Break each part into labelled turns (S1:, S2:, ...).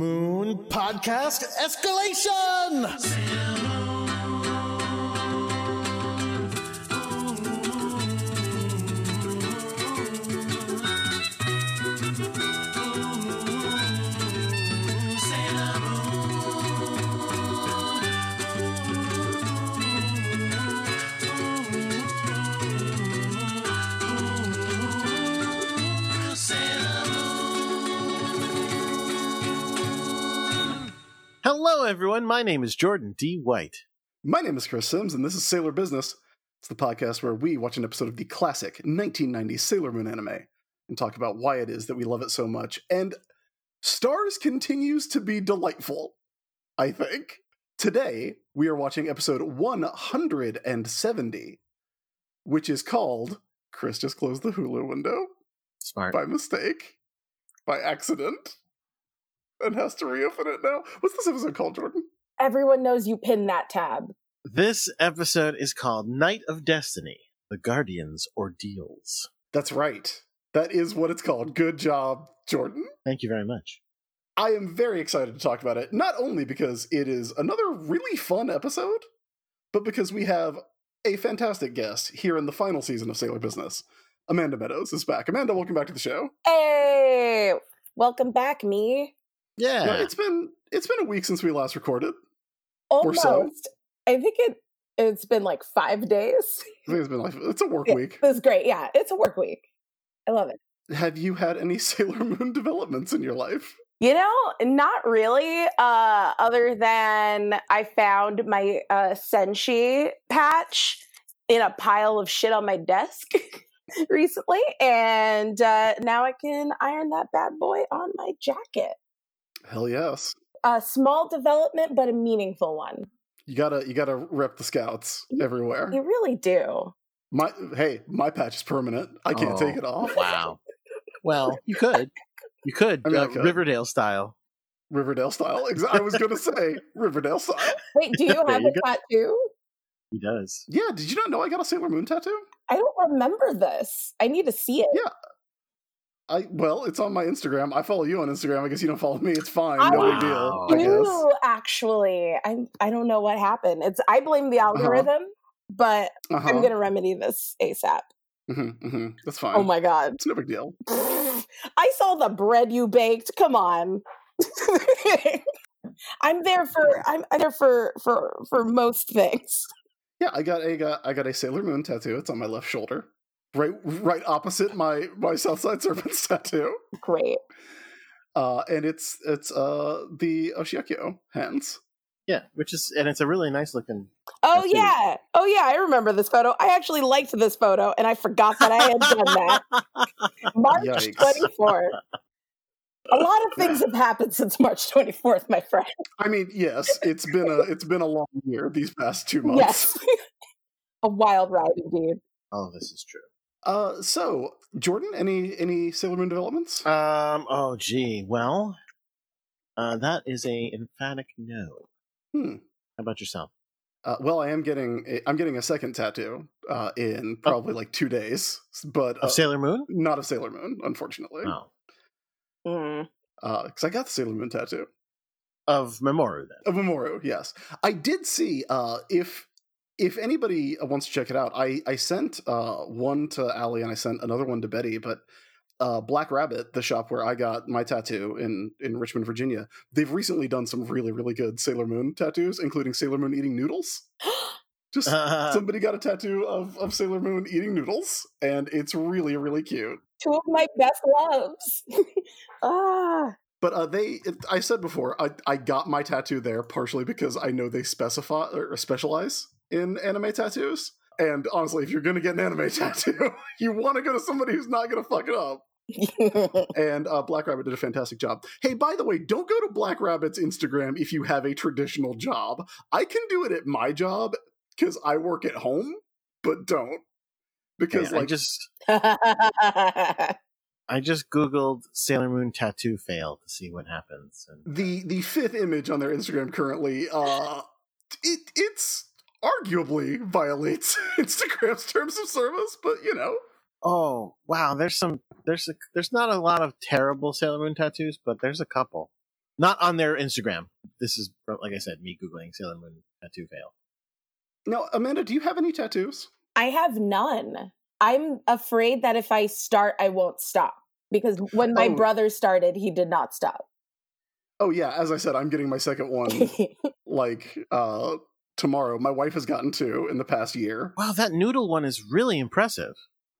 S1: Moon Podcast Escalation!
S2: Hello, everyone. My name is Jordan D. White.
S3: My name is Chris Sims, and this is Sailor Business. It's the podcast where we watch an episode of the classic 1990 Sailor Moon anime and talk about why it is that we love it so much. And Stars continues to be delightful, I think. Today, we are watching episode 170, which is called Chris Just Closed the Hulu Window
S2: Smart.
S3: by mistake, by accident, and has to reopen it now. What's this episode called, Jordan?
S4: everyone knows you pin that tab.
S2: This episode is called Night of Destiny The Guardian's Ordeals.
S3: That's right. That is what it's called. Good job, Jordan.
S2: Thank you very much.
S3: I am very excited to talk about it, not only because it is another really fun episode, but because we have a fantastic guest here in the final season of Sailor Business. Amanda Meadows is back. Amanda, welcome back to the show.
S4: Hey, welcome back, me.
S2: Yeah.
S3: Yeah, it's been it's been a week since we last recorded. Or
S4: Almost.
S3: so.
S4: I think it it's been like five days.
S3: I think it's been like it's a work
S4: Yeah,
S3: week.
S4: This is great. Yeah, it's a work week. I love it.
S3: Have you had any Sailor Moon developments in your life?
S4: You know, not really. Uh, other than I found my uh, Senshi patch in a pile of shit on my desk recently, and uh, now I can iron that bad boy on my jacket.
S3: Hell yes.
S4: a small development but a meaningful one
S3: You gotta you gotta rep the scouts everywhere.
S4: you really do
S3: My hey, my patch is permanent. I can't
S2: Oh,
S3: take it off.
S2: Wow. Well, you could. You could.
S3: I mean, I
S2: uh,
S3: could.
S2: Riverdale style.
S3: Riverdale style. Exa- I was gonna say Riverdale style.
S4: wait do you
S2: There
S4: have
S2: you
S4: a
S2: go.
S4: tattoo
S2: He does.
S3: Yeah, did you not know I got a Sailor Moon tattoo?
S4: i don't remember this i need to see it
S3: Yeah, I well, it's on my Instagram. I follow you on Instagram. I guess you don't follow me. It's fine.
S4: I
S3: No
S2: Wow.
S3: big deal.
S4: do
S3: Oh, I guess.
S4: actually i i don't know what happened it's i blame the algorithm but
S3: Uh-huh.
S4: i'm gonna remedy this asap
S3: Mhm, mhm. That's fine.
S4: oh my god
S3: It's no big deal.
S4: i saw the bread you baked come on i'm there for i'm there for for for most things
S3: Yeah, I got a got, I got a Sailor Moon tattoo. It's on my left shoulder, right right opposite my my Southside Serpents tattoo.
S4: great
S3: Uh, and it's it's uh the Oshiakio hands.
S2: Yeah. Which is, and it's a really nice looking.
S4: Oh
S2: That's it.
S4: yeah. Oh yeah, I remember this photo. I actually liked this photo and I forgot that I had done that. March
S3: Yikes.
S4: 24th. A lot of things have happened since March 24th, my friend.
S3: I mean, yes, it's been a it's been a long year these past two months.
S4: Yes. A wild ride indeed.
S2: Oh, this is true.
S3: Uh, so Jordan, any any Sailor Moon developments?
S2: Um. Oh, gee. Well, uh, that is a emphatic no.
S3: Hmm.
S2: How about yourself?
S3: Uh, well, I am getting a, I'm getting a second tattoo uh, in probably like two days, but uh,
S2: Oh. Of Sailor Moon?
S3: not of Sailor Moon, unfortunately, because
S2: Oh.
S4: Mm.
S3: I got the Sailor Moon tattoo
S2: Of Memoru, then.
S3: of Mamoru. Yes, I did see uh, if if anybody uh, wants to check it out, I I sent uh, one to Allie and I sent another one to Betty, but. Uh, Black Rabbit, the shop where I got my tattoo in in Richmond, Virginia, they've recently done some really really good Sailor Moon tattoos, including Sailor Moon eating noodles. Just
S2: Uh-huh.
S3: somebody got a tattoo of, of Sailor Moon eating noodles, and it's really, really cute.
S4: Two of my best loves. ah.
S3: But uh, they, I said before, I, I got my tattoo there partially because I know they specify or specialize in anime tattoos. And honestly, if you're going to get an anime tattoo, you want to go to somebody who's not going to fuck it up. And uh, Black Rabbit did a fantastic job. Hey, by the way, don't go to Black Rabbit's Instagram if you have a traditional job. I can do it at my job because I work at home, but don't. Because,
S2: Yeah, I
S3: like,
S2: just I just googled Sailor Moon tattoo fail to see what happens. And
S3: the the fifth image on their Instagram currently, uh, it it's arguably violates Instagram's terms of service, but you know,
S2: oh wow, there's some there's a, there's not a lot of terrible Sailor Moon tattoos, but there's a couple. Not on their Instagram. This is, from, like I said, me Googling Sailor Moon tattoo fail.
S3: Now, Amanda, do you have any tattoos?
S4: I have none. I'm afraid that if I start, I won't stop because when my
S3: Oh.
S4: brother started, he did not stop.
S3: Oh yeah, as I said, I'm getting my second one like uh tomorrow. My wife has gotten two in the past year.
S2: Wow, that noodle one is really impressive.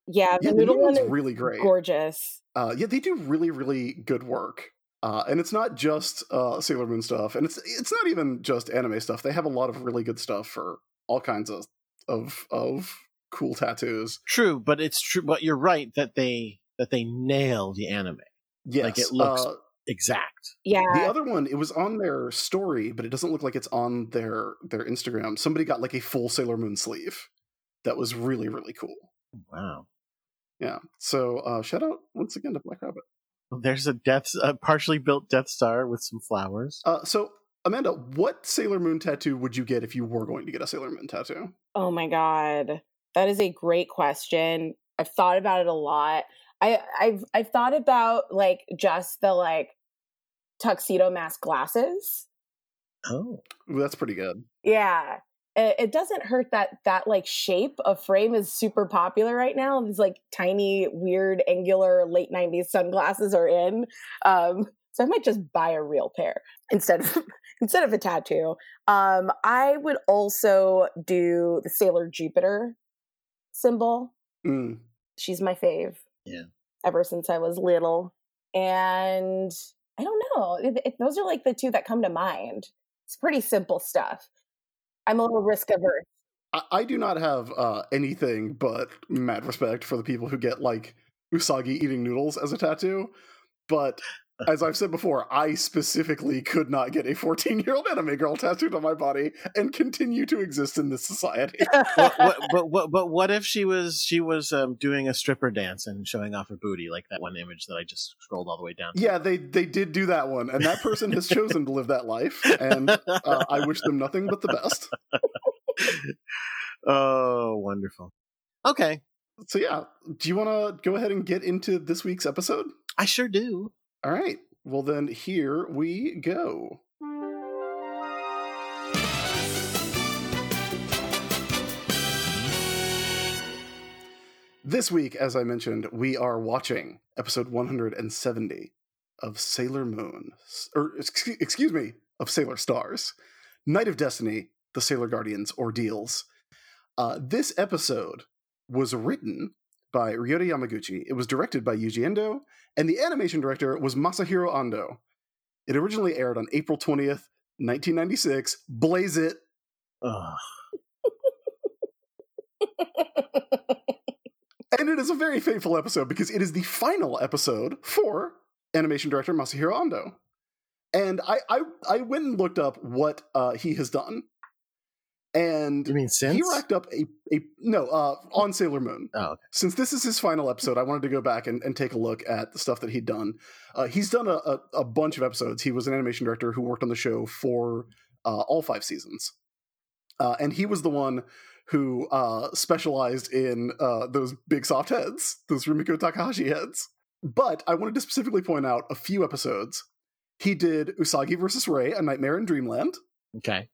S4: yeah, the
S3: Yeah, the
S4: noodle
S3: new
S4: one
S3: one's
S4: is
S3: really great.
S4: gorgeous.
S3: Uh, yeah, they do really, really good work. Uh, and it's not just uh, Sailor Moon stuff, and it's it's not even just anime stuff. They have a lot of really good stuff for all kinds of of of cool tattoos.
S2: True, but it's true. But you're right that they that they nail the anime
S3: Yes,
S2: Like, it looks-
S3: uh,
S2: exact.
S4: Yeah,
S3: the other one, it was on their story, but it doesn't look like it's on their their Instagram. Somebody got like a full Sailor Moon sleeve that was really really cool.
S2: Wow.
S3: Yeah. So uh, shout out once again to Black Rabbit.
S2: Well, there's a death, a partially built Death Star with some flowers.
S3: Uh, so Amanda, what Sailor Moon tattoo would you get if you were going to get a Sailor Moon tattoo?
S4: Oh my god. That is a great question. I've thought about it a lot. I I've I've thought about like just the like tuxedo mask glasses.
S2: Oh,
S3: Ooh, that's pretty good.
S4: Yeah. It, it doesn't hurt that that like shape of frame is super popular right now. These like tiny weird angular late 90s sunglasses are in. Um so I might just buy a real pair instead of instead of a tattoo. Um I would also do the Sailor Jupiter symbol.
S3: Mm.
S4: she's my fave.
S2: Yeah.
S4: Ever since I was little. And I don't know. It, it- those are like the two that come to mind. It's pretty simple stuff. I'm a little risk averse.
S3: I, I do not have uh, anything but mad respect for the people who get like Usagi eating noodles as a tattoo. But as I've said before, I specifically could not get a 14 year old anime girl tattooed on my body and continue to exist in this society.
S2: what, what, but what, but what if she was she was um, doing a stripper dance and showing off her booty like that one image that I just scrolled all the way down? to?
S3: yeah, they, they did do that one. And that person has chosen to live that life. And
S2: Um,
S3: uh, I wish them nothing but the best.
S2: oh, wonderful. Okay,
S3: So, yeah, do you want to go ahead and get into this week's episode?
S2: I sure do.
S3: All right. Well, then here we go. This week, as I mentioned, we are watching episode 170 of Sailor Moon, or excu- excuse me, of Sailor Stars, Night of Destiny, The Sailor Guardians Ordeals. Uh, this episode was written by Ryota Yamaguchi. It was directed by Yuji Endo, and the animation director was Masahiro Ando. It originally aired on April 20th, 1996. Blaze it.
S2: Ugh.
S3: And it is a very fateful episode because it is the final episode for animation director Masahiro Ando. And I, I, I went and looked up what uh, he has done. And
S2: you mean since?
S3: he racked up a, a no uh, on Sailor Moon.
S2: Oh, okay.
S3: Since this is his final episode, I wanted to go back and, and take a look at the stuff that he'd done. Uh, he's done a, a, a bunch of episodes. He was an animation director who worked on the show for uh, all five seasons. Uh, and he was the one who uh, specialized in uh, those big soft heads, those Rumiko Takahashi heads. But I wanted to specifically point out a few episodes. He did Usagi versus Ray, A Nightmare in Dreamland.
S2: okay.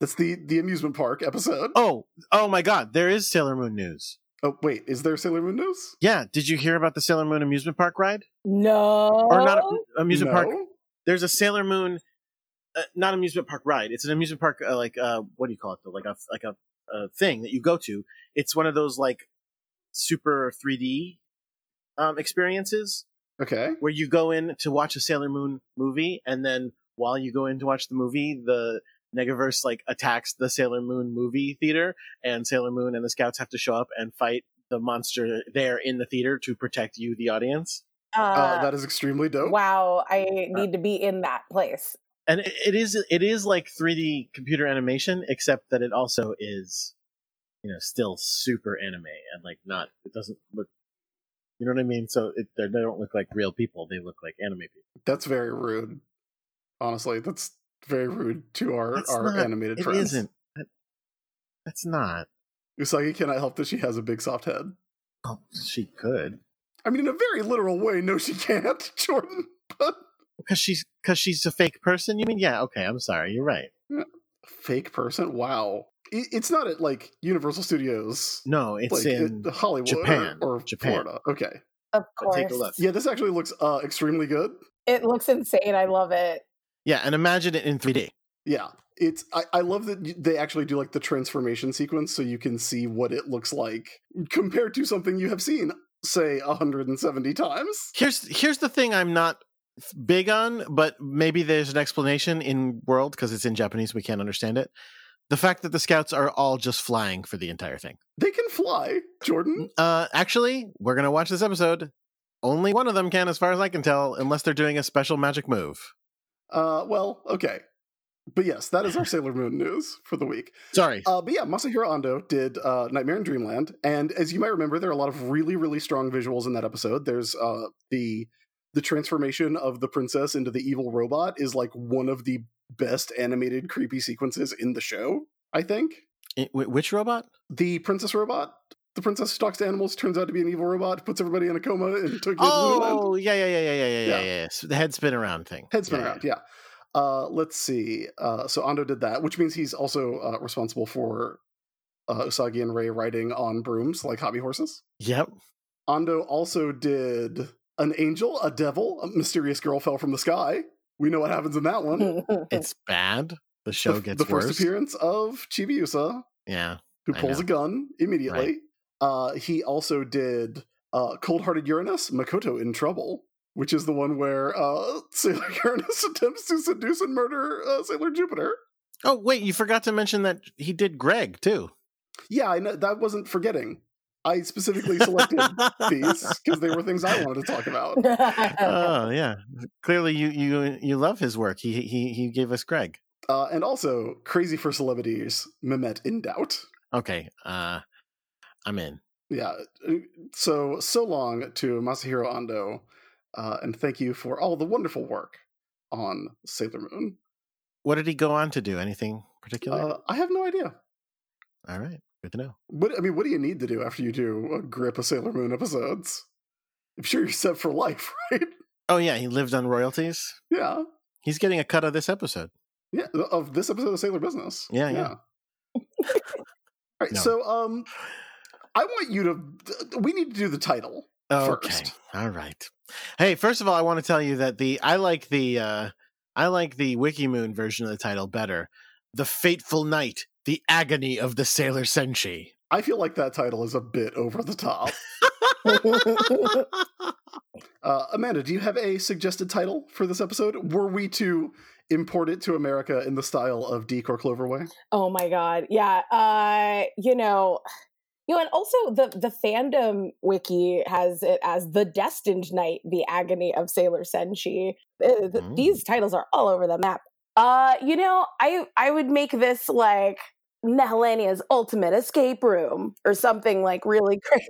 S3: That's the the amusement park episode.
S2: Oh, oh my God! There is Sailor Moon news.
S3: Oh, wait, is there Sailor Moon news?
S2: Yeah, did you hear about the Sailor Moon amusement park ride?
S4: No.
S2: Or not a, amusement park?
S3: No?
S2: There's a Sailor Moon, uh, not amusement park ride. It's an amusement park uh, like uh, what do you call it though? Like a like a, a thing that you go to. It's one of those like super 3D um, experiences
S3: Okay.
S2: where you go in to watch a Sailor Moon movie, and then while you go in to watch the movie, the Negaverse like attacks the Sailor Moon movie theater, and Sailor Moon and the Scouts have to show up and fight the monster there in the theater to protect you, the audience.
S4: Uh,
S3: Uh, that is extremely dope.
S4: wow. I
S2: Uh,
S4: need to be in that place.
S2: And it, it is it is like 3D computer animation, except that it also is, you know, still super anime and like not it doesn't look. You know what I mean? So it, they don't look like real people; they look like anime people.
S3: That's very rude. Honestly, that's very rude to our,
S2: That's
S3: our
S2: not-
S3: animated
S2: It
S3: friends.
S2: isn't. That, that's not.
S3: Usagi cannot help that she has a big soft head.
S2: Oh, she could.
S3: I mean, in a very literal way, no, she can't, Jordan. But
S2: Because she's because she's a fake person. You mean? Yeah. Okay. I'm sorry. You're right.
S3: Fake person? Wow. I- It's not at like Universal Studios.
S2: No, it's
S3: like
S2: in
S3: at Hollywood
S2: Japan.
S3: or, or
S2: Japan.
S3: Florida. Okay.
S4: Of
S2: But
S4: course.
S2: take a look.
S3: Yeah, this actually looks uh extremely good.
S4: It looks insane. I love it.
S2: yeah, and imagine it in 3D.
S3: Yeah. It's I, I love that y- they actually do like the transformation sequence so you can see what it looks like compared to something you have seen say 170 times.
S2: Here's here's the thing I'm not big on, but maybe there's an explanation in world because it's in Japanese. We can't understand it. The fact that the scouts are all just flying for the entire thing.
S3: They can fly, Jordan.
S2: Uh, actually, we're gonna watch this episode. Only one of them can, as far as I can tell, unless they're doing a special magic move.
S3: Uh well, okay. But yes, that is our Sailor Moon news for the week.
S2: Sorry.
S3: Uh, but yeah, Masahiro Ando did uh, Nightmare in Dreamland, and as you might remember, there are a lot of really, really strong visuals in that episode. There's uh, the the transformation of the princess into the evil robot is like one of the best animated creepy sequences in the show. I think
S2: I- wh- which robot?
S3: the princess robot, the princess who talks to animals, turns out to be an evil robot, puts everybody in a coma, and took
S2: Oh, yeah, yeah, yeah, yeah, yeah, yeah, yeah,
S3: Yeah.
S2: yeah. S- The head spin around thing.
S3: Head spin
S2: Yeah,
S3: around, yeah. Uh, let's see. Uh, so Ando did that, which means he's also uh, responsible for uh, Usagi and Ray riding on brooms like hobby horses.
S2: yeah. Yep.
S3: Ando also did an angel, a devil, a mysterious girl fell from the sky. We know what happens in that
S4: Hmm.
S3: one.
S2: It's bad. The show
S3: the,
S2: gets
S3: the first
S2: worse.
S3: appearance of Chibiusa,
S2: Yeah.
S3: who
S2: I
S3: pulls
S2: know.
S3: a gun immediately. Uh, he also did uh, Cold Hearted Uranus, Makoto in Trouble, which is the one where uh, Sailor Uranus attempts to seduce and murder uh, Sailor Jupiter.
S2: Oh wait, you forgot to mention that he did Greg too.
S3: Yeah, I know that wasn't forgetting. Oh, I specifically selected these because they were things I wanted to talk about.
S2: oh yeah, clearly you you you love his work. He he he gave us Greg.
S3: Uh, and also, crazy for celebrities, Mehmet in doubt.
S2: Okay, uh, I'm in.
S3: Yeah. uh, So, so long to Masahiro Ando, uh, and thank you for all the wonderful work on Sailor Moon.
S2: What did he go on to do? Anything particular?
S3: Uh, I have no idea.
S2: All right, good to know.
S3: What I mean, what do you need to do after you do a grip of Sailor Moon episodes? I'm sure you're set for life, right?
S2: Oh yeah, he lived on royalties.
S3: Yeah.
S2: He's getting a cut of this episode.
S3: Yeah. Of this episode of Sailor Business.
S2: Yeah, yeah.
S3: all right.
S2: No.
S3: So, um, I want you to. We need to do the title.
S2: Okay.
S3: First.
S2: All right. Hey, first of all, I want to tell you that the I like the uh I like the Wikimoon version of the title better. The Fateful Night, the agony of the Sailor Senshi.
S3: I feel like that title is a bit over the top. Uh, Amanda, do you have a suggested title for this episode? Were we to import it to America in the style of Deke or Cloverway?
S4: Oh my god. Yeah. Uh, you know, you know, and also the the fandom wiki has it as the destined knight, the agony of Sailor Senshi. Uh, th-
S2: Mm.
S4: These titles are all over the map. Uh, you know, I I would make this like Melania's ultimate escape room or something like really crazy.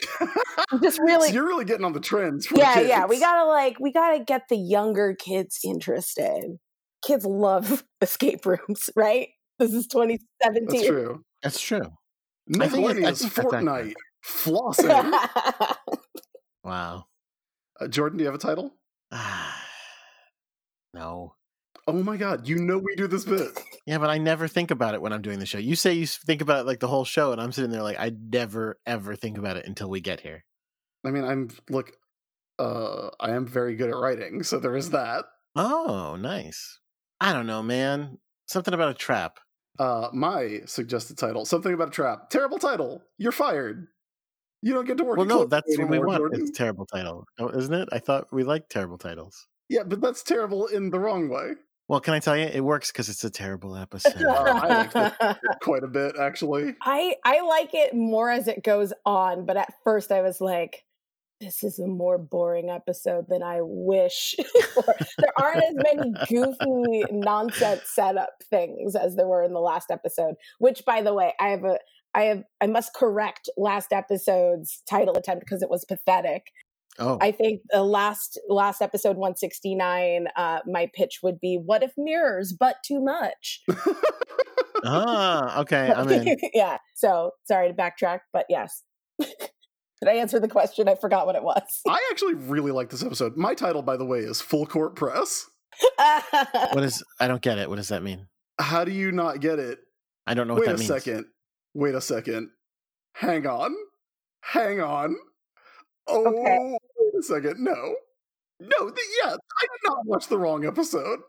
S4: Just
S3: So
S4: really
S3: you're really getting on the trends. For
S4: yeah
S3: kids.
S4: yeah we gotta like we gotta get the younger kids interested kids love escape rooms right this is 2017
S3: That's true.
S2: That's true. I think it- I
S3: Megalania's
S2: think that's
S3: Fortnite
S2: accurate.
S3: flossing.
S2: Wow.
S3: Uh, Jordan, do you have a title?
S2: no.
S3: Oh my god! You know we do this bit.
S2: Yeah, but I never think about it when I'm doing the show. You say you s- think about it like the whole show, and I'm sitting there like I never ever think about it until we get here.
S3: I mean, I'm look. Uh, I am very good at writing, so there is that.
S2: Oh, nice. I don't know, man. Something about a trap.
S3: Uh, my suggested title: something about a trap. Terrible title. You're fired. You don't get to work.
S2: Well,
S3: at
S2: no,
S3: Cloverway
S2: that's what we
S3: anymore,
S2: want.
S3: Jordan.
S2: It's a terrible title, Oh, isn't it? I thought we liked terrible titles.
S3: Yeah, but that's terrible in the wrong way.
S2: Well, can I tell you, it works because it's a terrible episode.
S3: I like Quite a bit, actually.
S4: I I like it more as it goes on, but at first I was like, this is a more boring episode than I wish. Or, there aren't as many goofy nonsense setup things as there were in the last episode. Which, by the way, I have a I have I must correct last episode's title attempt because it was pathetic.
S2: oh,
S4: I think the last last episode 169, uh, my pitch would be what if mirrors, but too much.
S2: ah, okay, I'm in.
S4: yeah. So sorry to backtrack, but yes. Did I answer the question? I forgot what it was.
S3: I actually really like this episode. My title, by the way, is Full Court Press.
S2: What is? I don't get it. What does that mean?
S3: How do you not get it?
S2: I don't know what
S3: Wait
S2: that
S3: a
S2: means.
S3: second. Wait a second. Hang on. Hang on. Oh,
S4: Okay.
S3: wait a second. No. No, th- yeah, I did not watch the wrong episode.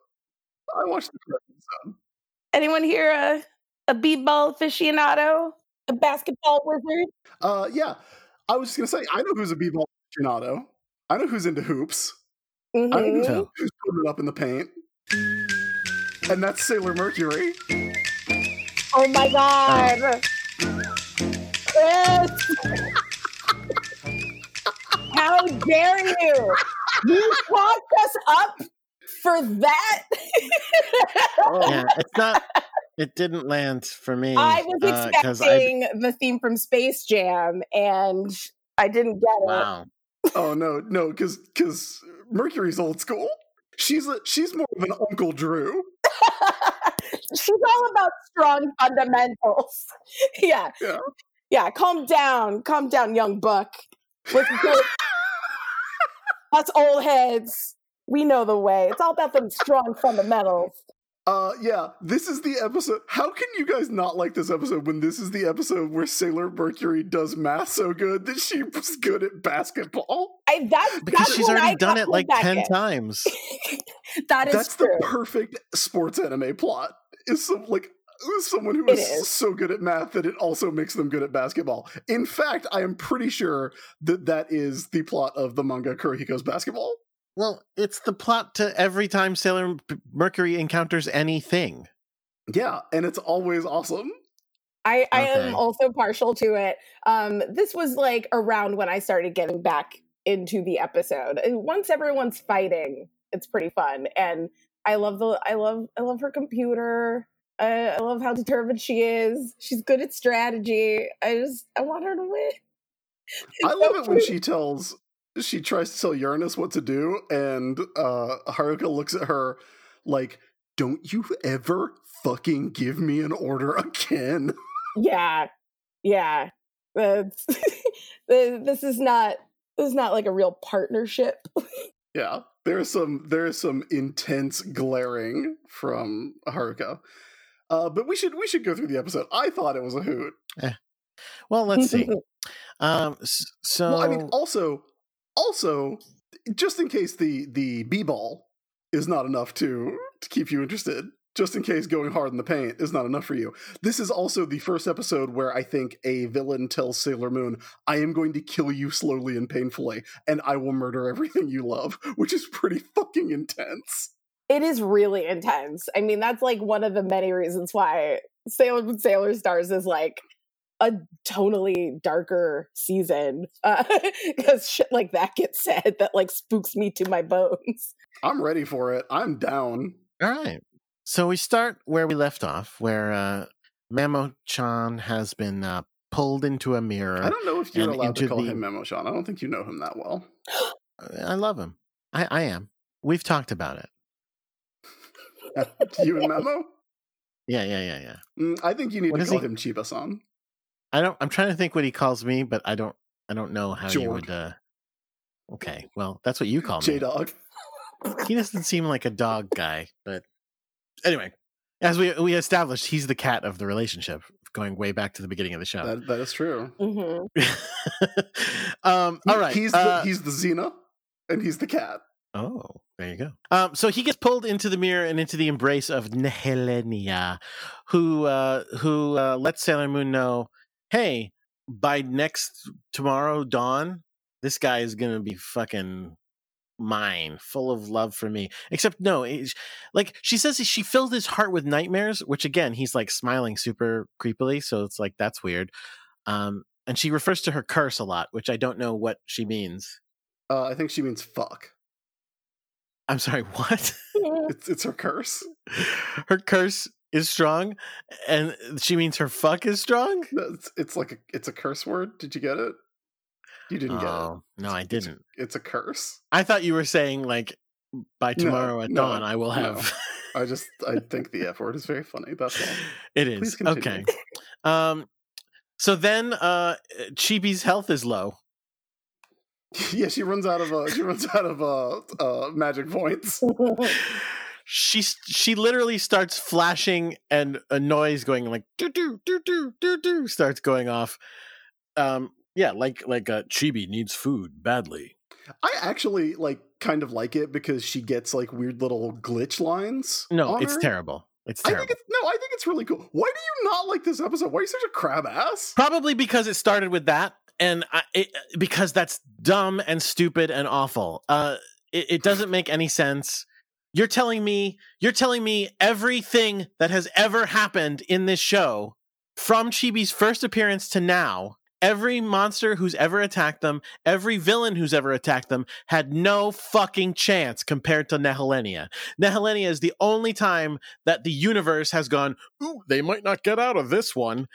S3: I watched the correct episode.
S4: Anyone here a, a b-ball aficionado? A basketball wizard?
S3: Uh, yeah, I was just going to say, I know who's a b-ball aficionado. I know who's into hoops. I know who's,
S4: Mhm.
S2: too.
S3: who's putting it up in the paint. And that's Sailor Mercury.
S4: Oh my
S2: Um,
S4: god. Chris! How dare you? You talked us up for that?
S3: Oh,
S2: Yeah, it's not. It didn't land for me.
S4: I was
S2: uh, 'cause I-
S4: expecting the theme from Space Jam and I didn't get it.
S2: wow.
S3: Oh no, no, because because Mercury's old school. She's a, she's more of an Uncle Drew.
S4: She's all about strong fundamentals. Yeah.
S3: Yeah.
S4: Yeah, Calm down. Calm down, young buck. We're good. Us old heads. We know the way. It's all about them strong fundamentals.
S3: Uh, yeah, this is the episode. How can you guys not like this episode when this is the episode where Sailor Mercury does math so good that she's good at basketball?
S4: I that's
S2: Because
S4: that's
S2: she's
S4: when
S2: already
S4: I
S2: done
S4: got
S2: it like
S4: pulled back
S2: ten
S4: in.
S2: times.
S4: That is
S3: That's
S4: true.
S3: the perfect sports anime plot. Is some like is someone who
S4: It
S3: is,
S4: is.
S3: so good at math that it also makes them good at basketball. In fact, I am pretty sure that that is the plot of the manga Kurihiko's Basketball.
S2: Well, it's the plot to every time Sailor Mercury encounters anything.
S3: Yeah, and it's always awesome.
S4: I, I
S2: Okay.
S4: am also partial to it. Um, this was like around when I started getting back into the episode. And once everyone's fighting, it's pretty fun, and I love the I love I love her computer. I, I love how determined she is. She's good at strategy. I just I want her to win.
S3: I love it when she tells she tries to tell Uranus what to do, and uh Haruka looks at her like, Don't you ever fucking give me an order again.
S4: Yeah, yeah. That's, this is not this is not like a real partnership.
S3: yeah. There is some there is some intense glaring from Haruka. Uh, but we should we should go through the episode. I thought it was a hoot.
S2: Well, let's see. Um, s- so
S3: Well, I mean, also, also, just in case the the b ball is not enough to to keep you interested, just in case going hard in the paint is not enough for you. This is also the first episode where I think a villain tells Sailor Moon, "I am going to kill you slowly and painfully, and I will murder everything you love," which is pretty fucking intense.
S4: it is really intense. I mean, that's like one of the many reasons why Sailor Moon Sailor Stars is like a tonally darker season because shit like that gets said that like spooks me to my bones.
S3: I'm ready for it. I'm down.
S2: All right. So we start where we left off, where uh, Mamo Chan has been uh, pulled into a mirror.
S3: I don't know if you're
S2: And
S3: allowed to
S2: into
S3: call
S2: the-
S3: him Memo Sean. I don't think you know him that well.
S2: I, love him. I, I am. We've talked about it.
S3: you and Memo?
S2: Yeah, yeah, yeah, yeah.
S3: Mm, I think you need
S2: What
S3: to
S2: is
S3: call
S2: he-
S3: him Chiba San.
S2: I don't. I'm trying to think what he calls me, but I don't. I don't know how you
S3: Jorg.
S2: would. Uh, okay. Well, that's what you call
S3: J
S2: me.
S3: Dog.
S2: He doesn't seem like a dog guy, but anyway, as we we established, he's the cat of the relationship, going way back to the beginning of the show.
S3: That that is true.
S4: Mhm.
S2: um. All right.
S3: He's
S2: uh,
S3: the, he's the Xena, and he's the cat.
S2: Oh, there you go. Um, so he gets pulled into the mirror and into the embrace of Nehelenia, who uh, who uh, lets Sailor Moon know, "Hey, by next tomorrow dawn, this guy is gonna be fucking mine, full of love for me." Except no, it, like she says, she filled his heart with nightmares. Which again, he's like smiling super creepily, so it's like that's weird. Um, and she refers to her curse a lot, which I don't know what she means.
S3: Uh, I think she means fuck.
S2: I'm sorry, what?
S3: It's it's her curse.
S2: her curse is strong and she means her fuck is strong
S3: It's, it's like a, it's a curse word. Did you get it? You didn't get
S2: oh no i didn't
S3: it. It's a curse.
S2: i thought you were saying like by
S3: No,
S2: tomorrow at
S3: no,
S2: dawn i will
S3: no.
S2: have
S3: I just I think the F word is very funny. That's all.
S2: it
S3: Please
S2: is okay
S3: continue.
S2: um so then uh chibi's health is low
S3: yeah, she runs out of uh, she runs out of uh, uh magic points.
S2: she she literally starts flashing and a noise going like do do do do do do starts going off. Um, yeah, like like uh, Chibi needs food badly.
S3: I actually like kind of like it because she gets like weird little glitch lines.
S2: No,
S3: on
S2: it's
S3: her.
S2: terrible. It's
S3: I
S2: terrible.
S3: think it's no, I think it's really cool. Why do you not like this episode? Why are you such a crab ass?
S2: Probably because it started with that, and I, it, because that's dumb and stupid and awful. Uh, it, it doesn't make any sense. You're telling me, you're telling me everything that has ever happened in this show, from Chibi's first appearance to now, every monster who's ever attacked them, every villain who's ever attacked them, had no fucking chance compared to Nehelenia. Nehelenia is the only time that the universe has gone, ooh, they might not get out of this one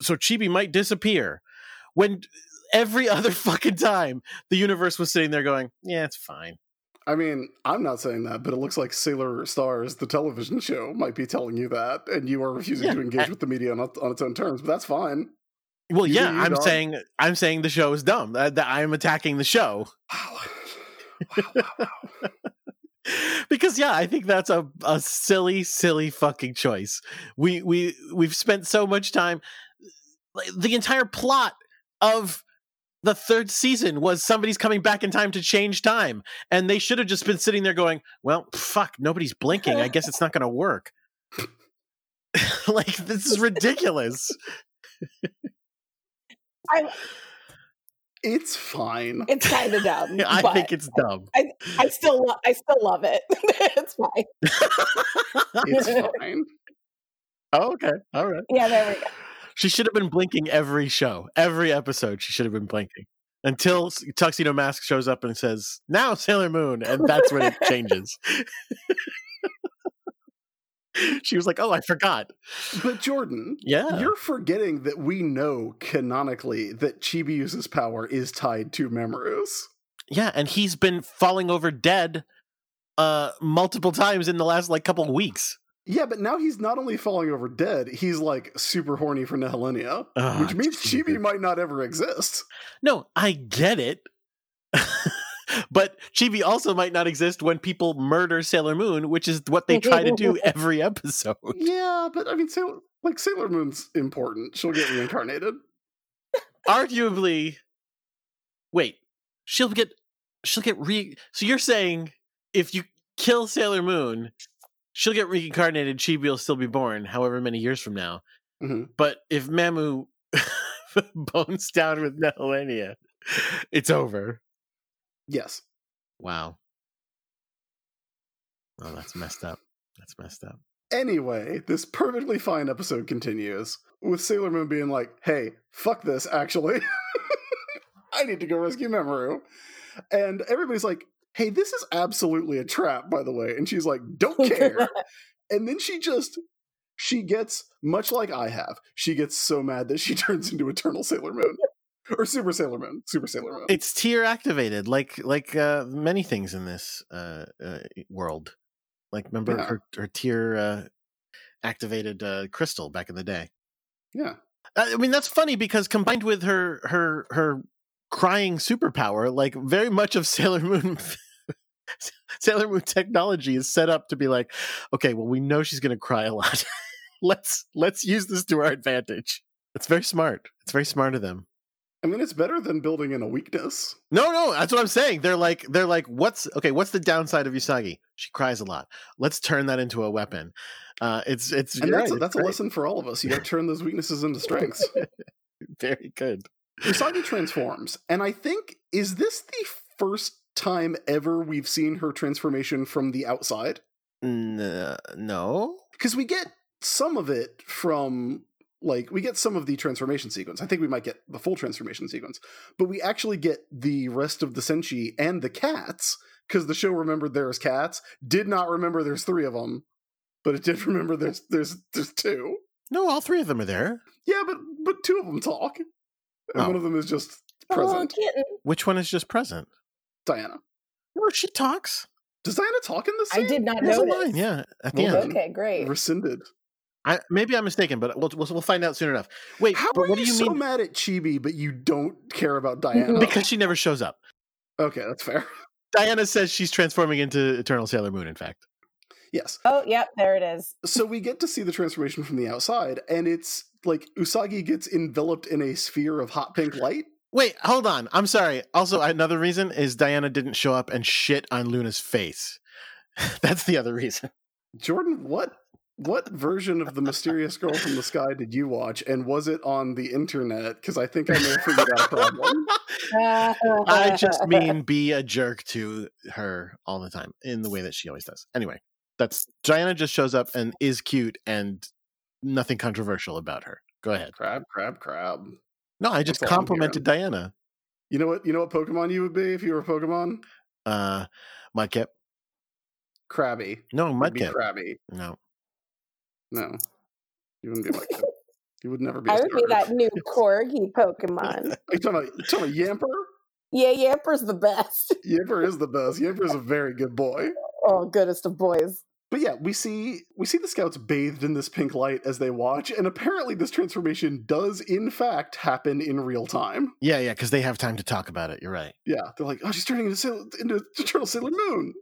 S2: so Chibi might disappear. When every other fucking time the universe was sitting there going, yeah, it's fine.
S3: I mean, I'm not saying that, but it looks like Sailor Stars, the television show, might be telling you that, and you are refusing
S2: Yeah,
S3: to engage
S2: I-
S3: with the media on, on its own terms. But that's fine.
S2: Well,
S3: You
S2: yeah,
S3: do you,
S2: I'm
S3: dog.
S2: saying I'm saying the show is dumb. That, that I am attacking the show
S3: Wow. Wow, wow, wow.
S2: because yeah, I think that's a, a silly, silly fucking choice. We we we've spent so much time. like, The entire plot of the third season was somebody's coming back in time to change time, and they should have just been sitting there going, "Well, fuck, nobody's blinking. I guess it's not going to work." like this is ridiculous.
S3: It's fine.
S4: It's kind of dumb.
S2: I
S4: but
S2: think it's dumb.
S4: I still lo- I still love it. it's fine.
S3: It's fine.
S2: Oh, okay, all right.
S4: Yeah, there we go.
S2: She should have been blinking every show, every episode. She should have been blinking until S- Tuxedo Mask shows up and says, "Now Sailor Moon," and that's when it changes. she was like, "Oh, I forgot."
S3: But Jordan,
S2: Yeah,
S3: you're forgetting that we know canonically that Chibius's power is tied to Mamoru's.
S2: yeah, and he's been falling over dead uh multiple times in the last like couple of weeks.
S3: Yeah, but now he's not only falling over dead, he's like super horny for Nehelenia,
S2: Ah,
S3: which means
S2: Jesus.
S3: Chibi might not ever exist.
S2: No, I get it. but Chibi also might not exist when people murder Sailor Moon, which is what they try to do every episode.
S3: Yeah, but I mean, Sailor, like Sailor Moon's important. She'll get reincarnated.
S2: Arguably, wait, she'll get she'll get re. So you're saying if you kill Sailor Moon, she'll get reincarnated. Chibi will still be born, however many years from now.
S3: Mhm.
S2: But if Mamu bones down with Nehelenia, it's over.
S3: Yes.
S2: Wow. Oh, that's messed up. That's messed up.
S3: Anyway, this perfectly fine episode continues with Sailor Moon being like, hey, fuck this, actually. I need to go rescue Mamoru. And everybody's like, hey, this is absolutely a trap, by the way. And she's like, don't care. and then she just, she gets, much like I have, she gets so mad that she turns into Eternal Sailor Moon. Or Super Sailor Moon. Super Sailor Moon.
S2: It's tier activated, like like uh, many things in this uh, uh, world. Like remember
S3: Yeah.
S2: her her tier uh, activated uh, crystal back in the day.
S3: yeah.
S2: I I mean that's funny because combined with her her her crying superpower, like very much of Sailor Moon Sailor Moon technology is set up to be like, okay, well we know she's going to cry a lot. let's let's use this to our advantage. It's very smart. It's very smart of them.
S3: I mean, it's better than building in a weakness.
S2: No, no, that's what I'm saying. They're like, they're like, what's okay? What's the downside of Usagi? She cries a lot. Let's turn that into a weapon. Uh, it's it's
S3: And
S2: you're
S3: that's,
S2: right,
S3: that's a
S2: it's
S3: lesson for all of us. You gotta turn those weaknesses into strengths.
S2: very very good.
S3: Usagi transforms, and I think is this the first time ever we've seen her transformation from the outside?
S2: N- no,
S3: Because we get some of it from like we get some of the transformation sequence. I think we might get the full transformation sequence, but we actually get the rest of the Senshi and the cats because the show remembered there's cats, did not remember there's three of them, but it did remember there's there's there's two.
S2: no, all three of them are there.
S3: Yeah, but but two of them talk, and
S2: Oh.
S3: one of them is just
S4: Oh,
S3: present.
S4: kitten.
S2: Which one is just present?
S3: Diana.
S2: No, she talks.
S3: Does Diana talk in this?
S4: I did not
S2: There's
S4: know.
S2: a line, yeah, at the
S3: Well
S2: end.
S3: done.
S4: Okay, great.
S3: rescinded.
S2: I, maybe I'm mistaken, but we'll, we'll we'll find out soon enough. Wait,
S3: How
S2: but
S3: are
S2: what
S3: you,
S2: do you
S3: so
S2: mean?
S3: mad at Chibi, but you don't care about Diana?
S2: Because she never shows up.
S3: okay, that's fair.
S2: Diana says she's transforming into Eternal Sailor Moon. In fact,
S3: Yes.
S4: Oh, yep, there it is.
S3: So we get to see the transformation from the outside, and it's like Usagi gets enveloped in a sphere of hot pink light.
S2: Wait, hold on. I'm sorry. Also, another reason is Diana didn't show up and shit on Luna's face. That's the other reason.
S3: Jordan, what what version of the mysterious girl from the sky did you watch, and was it on the internet? Because I think I may have figured out a problem.
S2: I just mean be a jerk to her all the time in the way that she always does. Anyway, that's Diana just shows up and is cute and nothing controversial about her. Go ahead.
S3: Crab, crab, crab.
S2: No, I just
S3: That's all I'm
S2: complimented Diana.
S3: You know what? You know what Pokemon you would be if you were a Pokemon?
S2: Uh, Mudkip.
S3: Crabby.
S2: No,
S3: You'd be
S2: Mudkip.
S3: crabby.
S2: No.
S3: No, you wouldn't be like that. You would never be. a
S4: I would be
S3: starter.
S4: that new corgi Pokemon.
S3: Are you talking about, you talking about Yamper?
S4: Yeah, Yamper's the best.
S3: Yamper is the best. Yamper is a very good boy.
S4: Oh, goodest of boys.
S3: But yeah, we see we see the scouts bathed in this pink light as they watch, and apparently this transformation does in fact happen in real time.
S2: Yeah, yeah, because they have time to talk about it. You're right.
S3: Yeah, they're like, oh, she's turning into Sailor, into Turtle Sailor Moon,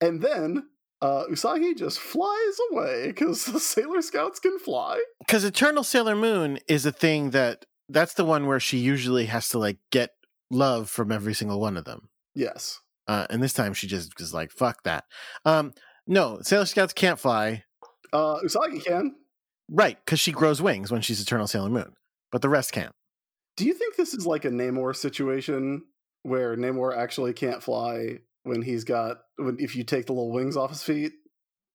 S3: and then uh, Usagi just flies away because the Sailor Scouts can fly.
S2: because Eternal Sailor Moon is a thing that that's the one where she usually has to like get love from every single one of them.
S3: Yes,
S2: Uh, and this time she just is like, fuck that. Um, no, Sailor Scouts can't fly.
S3: uh, Usagi can.
S2: Right, because she grows wings when she's Eternal Sailor Moon, but the rest can't.
S3: Do you think this is like a Namor situation where Namor actually can't fly when he's got when if you take the little wings off his feet?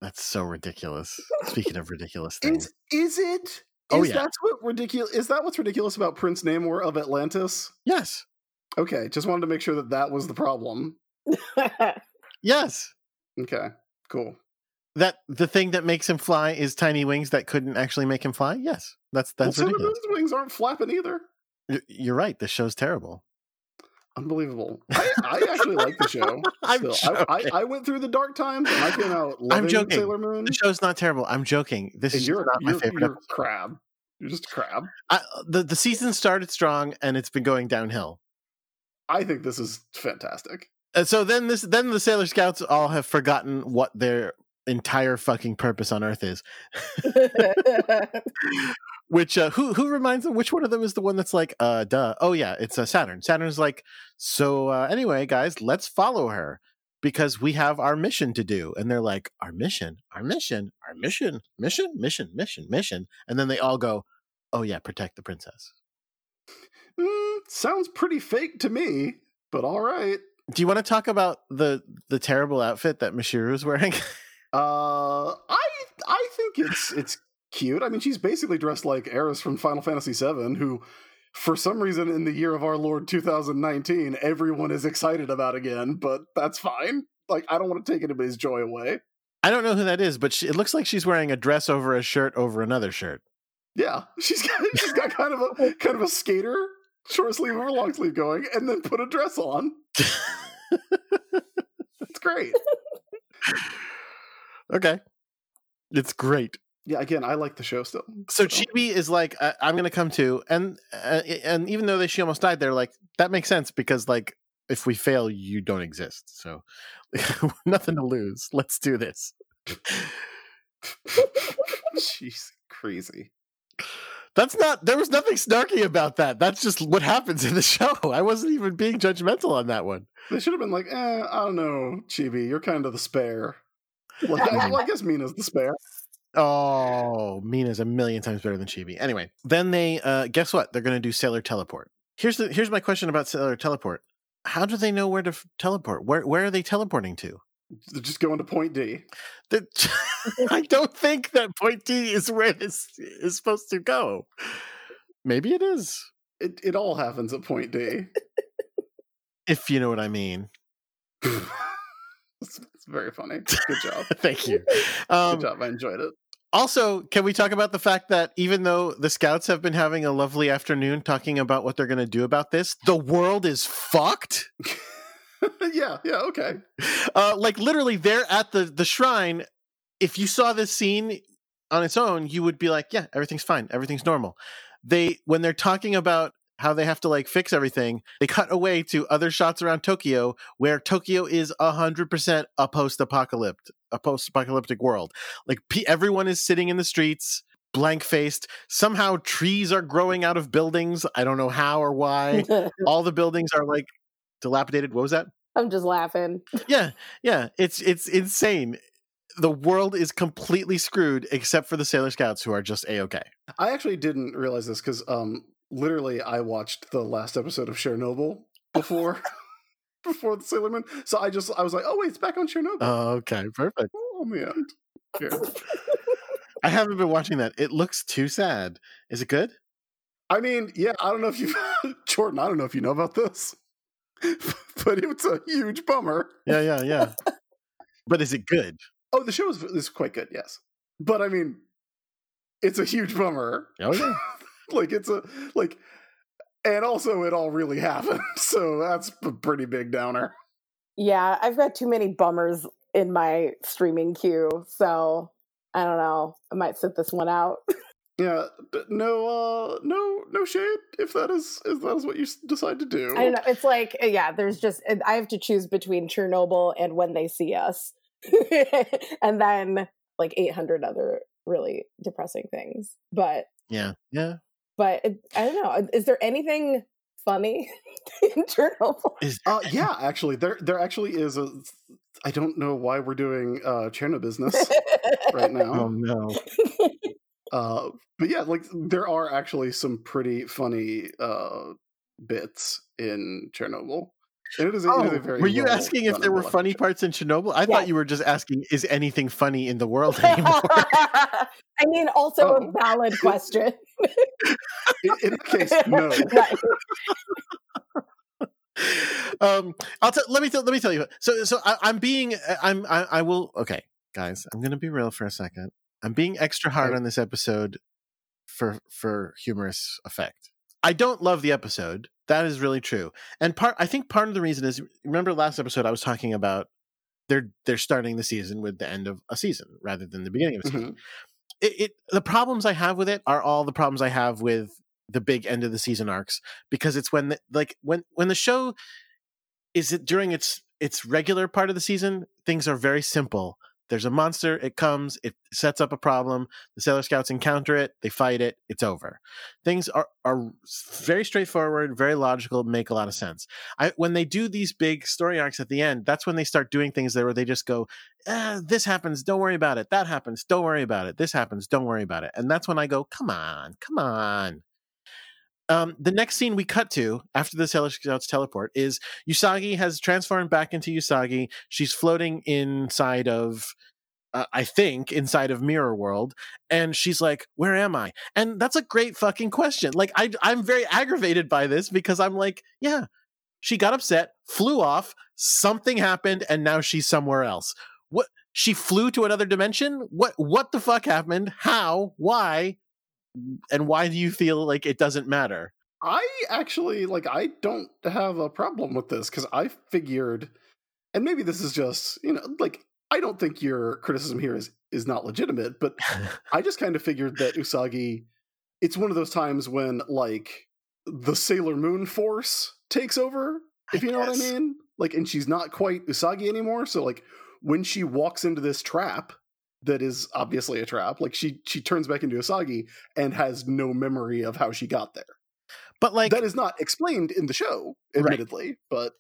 S2: That's so ridiculous. Speaking of ridiculous things.
S3: Is is it?
S2: Oh,
S3: is
S2: yeah.
S3: that what ridiculous? Is that what's ridiculous about Prince Namor of Atlantis?
S2: Yes.
S3: Okay, just wanted to make sure that that was the problem.
S2: Yes.
S3: Okay, cool.
S2: That the thing that makes him fly is tiny wings that couldn't actually make him fly? Yes. That's that's
S3: well, Sailor
S2: ridiculous.
S3: Moon's wings aren't flapping either.
S2: Y- You're right. This show's terrible.
S3: Unbelievable. I, I actually like the show.
S2: I'm
S3: Still, I, I,
S2: joking.
S3: I went through the dark times and I came out loving
S2: joking.
S3: Sailor Moon.
S2: The show's not terrible. I'm joking. This
S3: Mm. And
S2: is
S3: you're
S2: not my
S3: you're,
S2: favorite.
S3: you're
S2: episode.
S3: crab. You're just crab.
S2: I, uh, the the season started strong and it's been going downhill.
S3: I think this is fantastic.
S2: And so then this then the Sailor Scouts all have forgotten what their entire fucking purpose on Earth is. Which uh, who who reminds them? Which one of them is the one that's like, uh, duh? Oh yeah, it's uh, Saturn. Saturn's like, so uh, anyway, guys, let's follow her because we have our mission to do. And they're like, our mission, our mission, our mission, mission, mission, mission, mission. And then they all go, oh yeah, protect the princess.
S3: Mm, sounds pretty fake to me, but all right.
S2: Do you want to talk about the the terrible outfit that Mishiru is wearing?
S3: Uh, I I think it's it's cute. I mean, she's basically dressed like Eris from Final Fantasy VII, who, for some reason, in the year of our Lord 2019, everyone is excited about again. But that's fine. Like, I don't want to take anybody's joy away.
S2: I don't know who that is, but she, it looks like she's wearing a dress over a shirt over another shirt.
S3: Yeah, she's got she's got kind of a kind of a skater short sleeve over long sleeve going, and then put a dress on. It's great.
S2: okay, it's great.
S3: Yeah, again, I like the show still.
S2: So Chibi is like, I- I'm going to come to, and uh, and even though they, she almost died, they're like, that makes sense because like if we fail, you don't exist. So nothing to lose. Let's do this.
S3: she's crazy.
S2: That's not. There was nothing snarky about that. That's just what happens in the show. I wasn't even being judgmental on that one.
S3: They should have been like, eh, I don't know, Chibi, you're kind of the spare. Like, I, well, I guess Mina's the spare.
S2: Oh, Mina's a million times better than Chibi. Anyway, then they uh guess what? They're going to do Sailor Teleport. Here's the here's my question about Sailor Teleport. How do they know where to f- teleport? Where where are they teleporting to?
S3: They're just going to point D.
S2: That I don't think that Point D is where this is supposed to go. Maybe it is.
S3: It, it all happens at point D.
S2: If you know what I mean.
S3: it's, it's very funny. Good job.
S2: Thank you. Um,
S3: Good job. I enjoyed it.
S2: Also, can we talk about the fact that even though the scouts have been having a lovely afternoon talking about what they're going to do about this, the world is fucked?
S3: yeah, yeah, okay.
S2: Uh, like, literally, they're at the, the shrine. If you saw this scene on its own, you would be like, yeah, everything's fine. Everything's normal. They, when they're talking about how they have to like fix everything. They cut away to other shots around Tokyo where Tokyo is 100% a post-apocalyptic a post-apocalyptic world. Like pe everyone is sitting in the streets blank-faced. Somehow trees are growing out of buildings. I don't know how or why. All the buildings are like dilapidated. What was that?
S4: I'm just laughing.
S2: yeah yeah it's it's insane the world is completely screwed except for the sailor scouts who are just a-ok
S3: I actually didn't realize this because um, literally I watched the last episode of Chernobyl before before the Sailor Moon. So I just I was like, oh wait, it's back on Chernobyl.
S2: Uh okay perfect
S3: oh man. Yeah.
S2: i haven't been watching that it looks too sad is it good
S3: I mean, yeah, I don't know if you Jordan, I don't know if you know about this. but it's a huge bummer.
S2: yeah yeah yeah but is it good
S3: Oh, the show is, is quite good, yes. But I mean, it's a huge bummer.
S2: oh yeah
S3: like it's a like and also it all really happened. So that's a pretty big downer.
S4: Yeah, I've got too many bummers in my streaming queue, so I don't know. I might sit this one out.
S3: Yeah, but no uh no no shade if that is if that is what you s- decide to do.
S4: I don't know. It's like, eh, yeah, there's just, I have to choose between Chernobyl and When They See Us. and then like 800 other really depressing things. But,
S2: yeah yeah
S4: but it, I don't know. Is there anything funny in Chernobyl?
S3: Uh, yeah, actually, there there actually is a. I don't know why we're doing uh, Cherno business right
S2: oh
S3: now,
S2: no
S3: uh, but yeah, like there are actually some pretty funny uh, bits in Chernobyl. And it is. A, it is a very
S2: Oh, were you
S3: well
S2: asking if
S3: done
S2: there were funny
S3: episode.
S2: parts in chernobyl i
S4: Yeah.
S2: thought you were just asking is anything funny in the world anymore
S4: I mean, also
S3: Oh.
S4: a valid question.
S3: In, in that case, no.
S4: Right.
S2: um i'll tell let me tell let me tell you so so I, i'm being i'm I, I will okay guys i'm gonna be real for a second i'm being extra hard
S3: Okay.
S2: on this episode for for humorous effect i don't love the episode that is really true and part i think part of the reason is remember last episode i was talking about they're they're starting the season with the end of a season rather than the beginning of a season
S3: Mhm.
S2: it, it the problems I have with it are all the problems I have with the big end of the season arcs because it's when the, like when when the show is it during its its regular part of the season things are very simple. There's a monster, it comes, it sets up a problem, the Sailor Scouts encounter it, they fight it, it's over. Things are are very straightforward, very logical, make a lot of sense. I when they do these big story arcs at the end, that's when they start doing things there where they just go, uh, this happens, don't worry about it. That happens, don't worry about it. This happens, don't worry about it. And that's when I go, come on, come on. Um, the next scene we cut to after the Sailor Scouts teleport is Usagi has transformed back into Usagi. She's floating inside of, uh, I think, inside of Mirror World, and she's like, "Where am I?" And that's a great fucking question. Like, I I'm very aggravated by this because I'm like, yeah, she got upset, flew off, something happened, and now she's somewhere else. What? She flew to another dimension? What? What the fuck happened? How? Why? And why do you feel like it doesn't matter?
S3: I actually like I don't have a problem with this because I figured, and maybe this is just you know like I don't think your criticism here is is not legitimate, but I just kind of figured that Usagi, it's one of those times when like the Sailor Moon force takes over,
S2: I
S3: if you know what I
S2: guess.
S3: mean. Like, and she's not quite Usagi anymore. So like when she walks into this trap that is obviously a trap, like she she turns back into Usagi and has no memory of how she got there
S2: But like,
S3: that is not explained in the show,
S2: Right.
S3: admittedly, but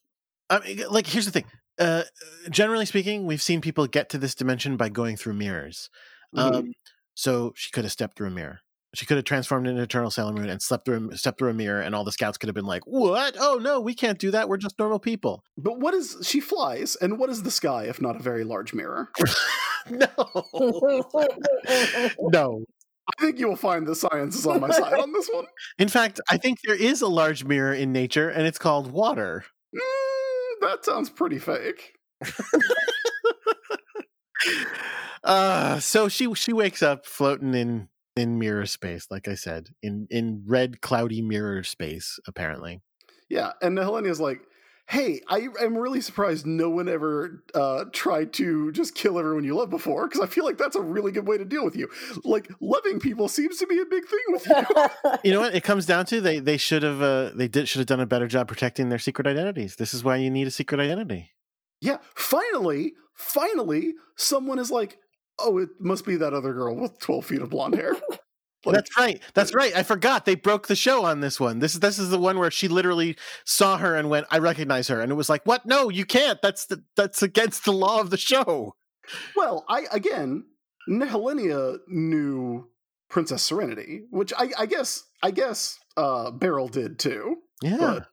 S2: I mean, like here's the thing. Uh, generally speaking, we've seen people get to this dimension by going through mirrors.
S3: Mhm.
S2: Um, so she could have stepped through a mirror. She could have transformed into Eternal Sailor Moon and slept through a- stepped through a mirror, and all the scouts could have been like, "What? Oh no, we can't do that. We're just normal people."
S3: but what is she flies and what is the sky if not a very large mirror?
S2: no, no.
S3: I think you will find the science is on my side on this one.
S2: In fact, I think there is a large mirror in nature, and it's called water.
S3: Mm, that sounds pretty fake.
S2: Uh, so she she wakes up floating in in mirror space, like I said, in in red cloudy mirror space, apparently.
S3: Yeah, and Helenia's like, hey, I am really surprised no one ever uh, tried to just kill everyone you love before, because I feel like that's a really good way to deal with you. Like loving people seems to be a big thing with you.
S2: You know what? It comes down to they they should have uh, they did should have done a better job protecting their secret identities. This is why you need a secret identity.
S3: yeah, finally, finally, someone is like, oh, it must be that other girl with twelve feet of blonde hair. Like-
S2: That's right. That's right. I forgot they broke the show on this one. This is this is the one where she literally saw her and went, "I recognize her," and it was like, "What? No, you can't. That's the, that's against the law of the show."
S3: Well, I again, Nehelenia knew Princess Serenity, which I, I guess I guess uh, Beryl did too.
S2: Yeah,
S3: But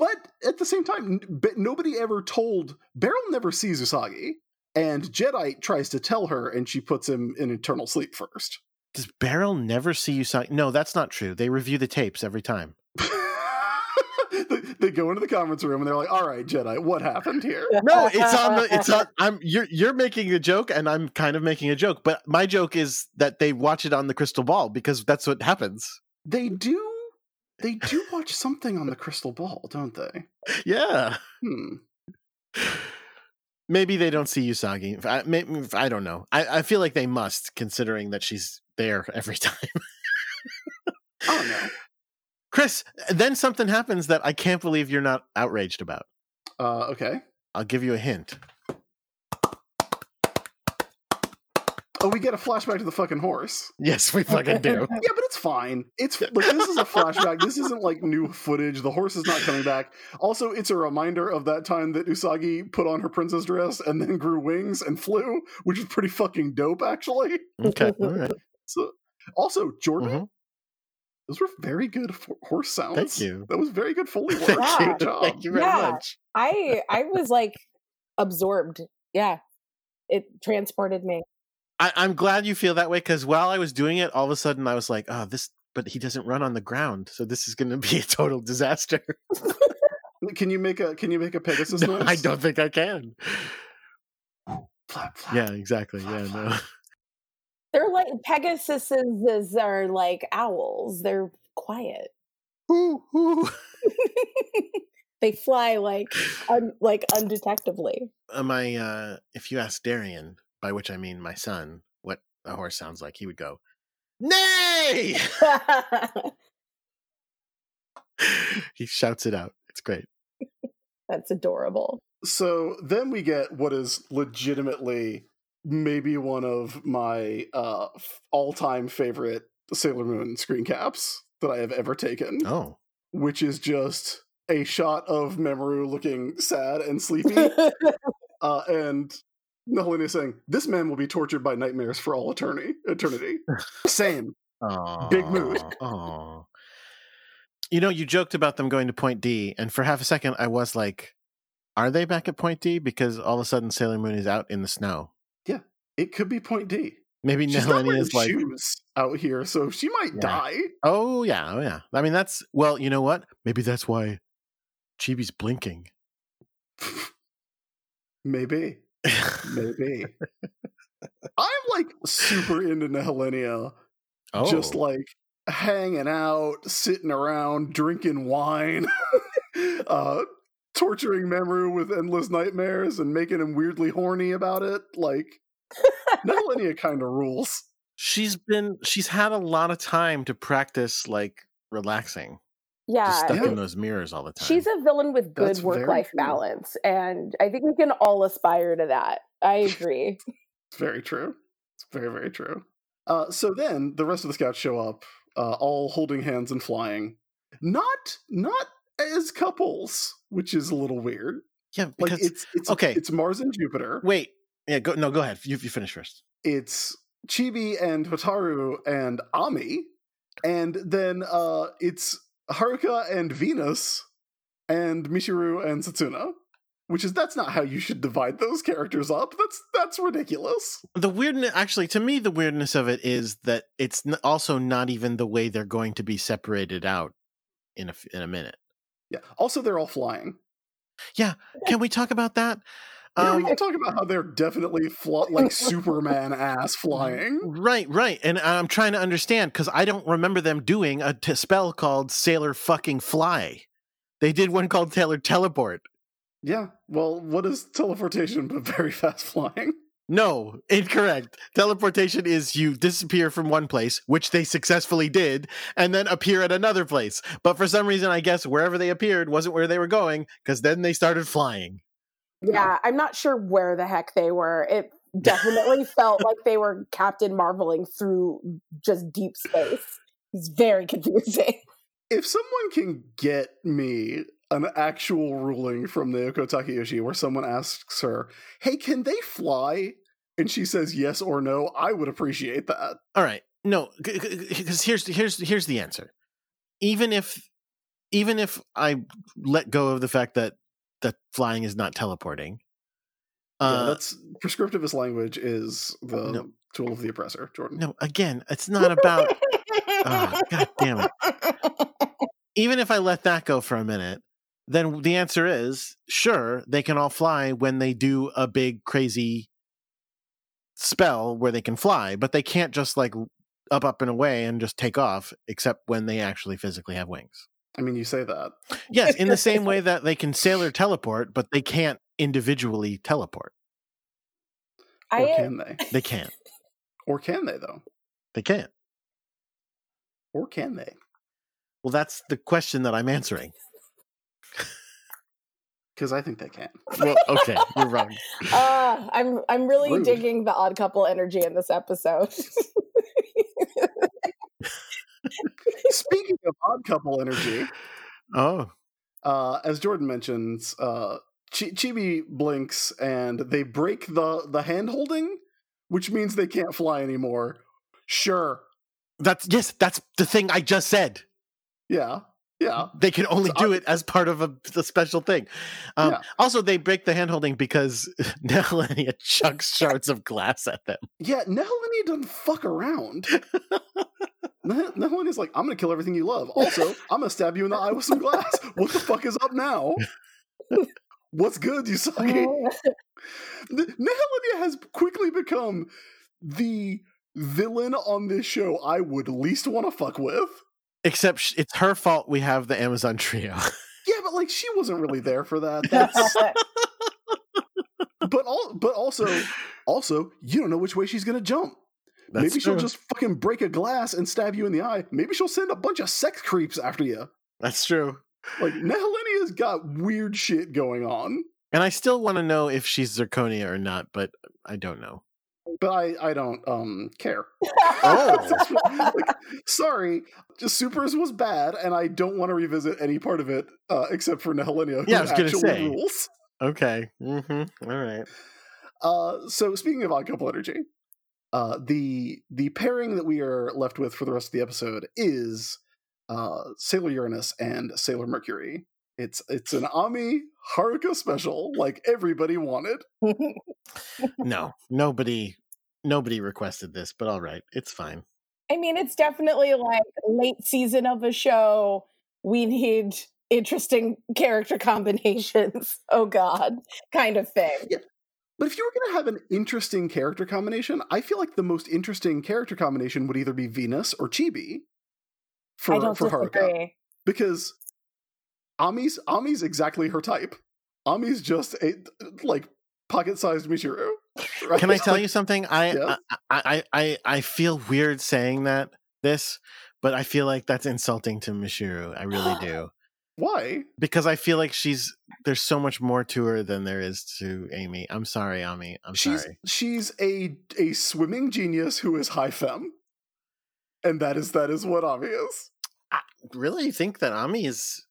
S3: but at the same time, n- but nobody ever told Beryl never sees Usagi, and Jedi tries to tell her, and she puts him in eternal sleep first.
S2: does Beryl never see you sign? No, that's not true. They review the tapes every time.
S3: they, they go into the conference room and they're like, "All right, Jedi, what happened here?"
S2: No, it's on the it's on. I'm you're you're making a joke, and I'm kind of making a joke. But my joke is that they watch it on the crystal ball because that's what happens.
S3: They do, they do watch something on the crystal ball, don't they?
S2: Yeah.
S3: Hmm.
S2: Maybe they don't see Usagi. I, maybe, I don't know. I, I feel like they must, considering that she's there every time.
S3: I don't know.
S2: Chris, then something happens that I can't believe you're not outraged about.
S3: Uh, okay.
S2: I'll give you a hint.
S3: Oh, we get a flashback to the fucking horse.
S2: Yes, we fucking do.
S3: Yeah, but it's fine. It's like this is a flashback. this isn't like new footage. The horse is not coming back. Also, it's a reminder of that time that Usagi put on her princess dress and then grew wings and flew, which is pretty fucking dope, actually.
S2: Okay. All right.
S3: So, also, Jordan,
S2: Mhm.
S3: those were very good for horse sounds.
S2: Thank you.
S3: That was very good Foley work.
S2: Thank you.
S3: Good job.
S2: Thank you very
S4: Yeah.
S2: much.
S4: I I was like absorbed. Yeah. It transported me.
S2: I, I'm glad you feel that way because while I was doing it, all of a sudden I was like, oh, this, but he doesn't run on the ground. So this is going to be a total disaster.
S3: Can you make a Can you make a Pegasus
S2: No,
S3: noise?
S2: I don't think I can.
S3: Flap, flap.
S2: Yeah, exactly. Yeah, no.
S4: They're like Pegasuses are like owls. They're quiet.
S2: Ooh, ooh.
S4: they fly like un, like undetectably.
S2: Uh, my, uh, if you ask Darian, by which I mean my son, what a horse sounds like, he would go, Nay! he shouts it out. It's great.
S4: That's adorable.
S3: so then we get what is legitimately maybe one of my uh f- all-time favorite Sailor Moon screen caps that I have ever taken,
S2: Oh.
S3: which is just a shot of Memoru looking sad and sleepy uh and Nalini saying, "This man will be tortured by nightmares for all eternity." Eternity. Same. Big mood.
S2: Oh. You know, you joked about them going to Point D, and for half a second, I was like, "Are they back at Point D?" Because all of a sudden, Sailor Moon is out in the snow.
S3: It could be point D.
S2: Maybe
S3: She's not
S2: Nalani
S3: wearing
S2: is like,
S3: shoes out here, so she might
S2: Yeah.
S3: die.
S2: "Oh yeah, oh yeah." I mean, that's well, you know what? Maybe that's why Chibi's blinking.
S3: Maybe. Maybe. I'm like super into Nehelenia.
S2: oh,
S3: Just like hanging out, sitting around, drinking wine, uh, torturing Memoru with endless nightmares and making him weirdly horny about it. Like, Nehelenia kind of rules.
S2: she's been she's had a lot of time to practice like relaxing, just
S4: Yeah.
S2: stuck
S3: Yeah.
S2: in those mirrors all the time.
S4: She's a villain with good
S3: That's very
S4: work life
S3: true.
S4: balance. And I think we can all aspire to that. I agree.
S3: It's very true. It's very, very true. Uh, so then the rest of the scouts show up, uh, all holding hands and flying. Not, not as couples, which is a little weird.
S2: yeah,
S3: like
S2: because
S3: it's it's
S2: okay.
S3: it's mars and jupiter
S2: wait, yeah, go no, go ahead. You you finish first.
S3: it's chibi and hotaru and ami and then uh it's haruka and venus and mishiru and satsuna which is that's not how you should divide those characters up that's that's ridiculous
S2: the weirdness actually to me the weirdness of it is that it's n- also not even the way they're going to be separated out in a f- in a minute
S3: yeah also they're all flying
S2: can we talk about that Um,
S3: yeah, we can talk about how they're definitely fla- like superman ass flying
S2: right right and i'm trying to understand because i don't remember them doing a t- spell called sailor fucking fly they did one called taylor teleport
S3: Yeah. Well, what is teleportation but very fast flying?
S2: No, incorrect. Teleportation is you disappear from one place, which they successfully did, and then appear at another place. But for some reason, I guess wherever they appeared wasn't where they were going, because then they started flying.
S4: Yeah, I'm not sure where the heck they were. It definitely felt like they were Captain Marveling through just deep space. It's very confusing.
S3: If someone can get me an actual ruling from Naoko Takayoshi where someone asks her, "Hey, can they fly?" and she says yes or no, I would appreciate that.
S2: All right, no, because here's here's here's the answer. Even if even if I let go of the fact that that flying is not teleporting, uh,
S3: yeah, that's prescriptivist language is the
S2: No.
S3: tool of the oppressor, Jordan.
S2: No, again, it's not about. Ah, God damn it. Even if I let that go for a minute, then the answer is sure, they can all fly when they do a big, crazy spell where they can fly, but they can't just like up, up, and away and just take off, except when they actually physically have wings.
S3: I mean, you say that.
S2: Yes, in the same way that they can sailor teleport, but they can't individually teleport.
S3: Or
S4: I
S3: can they?
S2: They can't.
S3: Or can they though?
S2: They can't.
S3: Or can they?
S2: Well, that's the question that I'm answering.
S3: Because I think they can.
S2: Well, okay, you're wrong.
S4: uh, I'm I'm really
S3: Rude.
S4: digging the odd couple energy in this episode.
S3: Speaking of odd couple energy,
S2: Oh,
S3: uh, as Jordan mentions, uh, Chi- Chibi blinks and they break the the hand holding, which means they can't fly anymore. Sure,
S2: That's yes, that's the thing I just said.
S3: yeah, yeah.
S2: They can only
S3: So
S2: do it as part of a, a special thing. Um,
S3: Yeah.
S2: Also, they break the handholding because Nelania chucks shards of glass at them.
S3: Yeah, Nehelenia doesn't fuck around. Neh- Nehelenia's like, I'm gonna kill everything you love. Also, I'm gonna stab you in the eye with some glass. What the fuck is up now? What's good, you suck? Nehelenia has quickly become the villain on this show I would least want to fuck with.
S2: Except sh- it's her fault we have the Amazon trio.
S3: Yeah, but like she wasn't really there for that. That's but all but also also you don't know which way she's gonna jump.
S2: That's
S3: Maybe she'll
S2: true.
S3: just fucking break a glass and stab you in the eye. Maybe she'll send a bunch of sex creeps after you.
S2: That's true.
S3: Like Nehelenia's got weird shit going on,
S2: And I still want to know if she's zirconia or not, but I don't know.
S3: but I I don't um care.
S2: Oh,
S3: That's what- like, sorry, just Supers was bad, and I don't want to revisit any part of it uh, except for Nehelenia.
S2: Yeah, I
S3: who
S2: was gonna
S3: actually
S2: say.
S3: rules.
S2: okay. Mm-hmm. All right.
S3: Uh, so speaking of odd couple energy, uh, the the pairing that we are left with for the rest of the episode is uh, Sailor Uranus and Sailor Mercury. It's it's an Ami Haruka special, like everybody wanted.
S2: No, nobody, nobody requested this, but all right, it's fine.
S4: I mean, it's definitely like late season of a show. We need interesting character combinations. Oh God, kind of thing.
S3: But if you were going to have an interesting character combination, I feel like the most interesting character combination would either be Venus or Chibi for
S4: I don't
S3: for Haruka
S4: disagree.
S3: because Ami's Ami's exactly her type. Ami's just a like pocket-sized Michiru. right?
S2: Can I tell you something? I,
S3: Yeah.
S2: I, I, I, I feel weird saying that this, but I feel like that's insulting to Mishiru. I really do
S3: why?
S2: because I feel like she's there's so much more to her than there is to Amy. I'm sorry, Ami. I'm
S3: she's
S2: sorry.
S3: she's a a swimming genius who is high femme, and that is that is what Ami is.
S2: Really think that Ami is?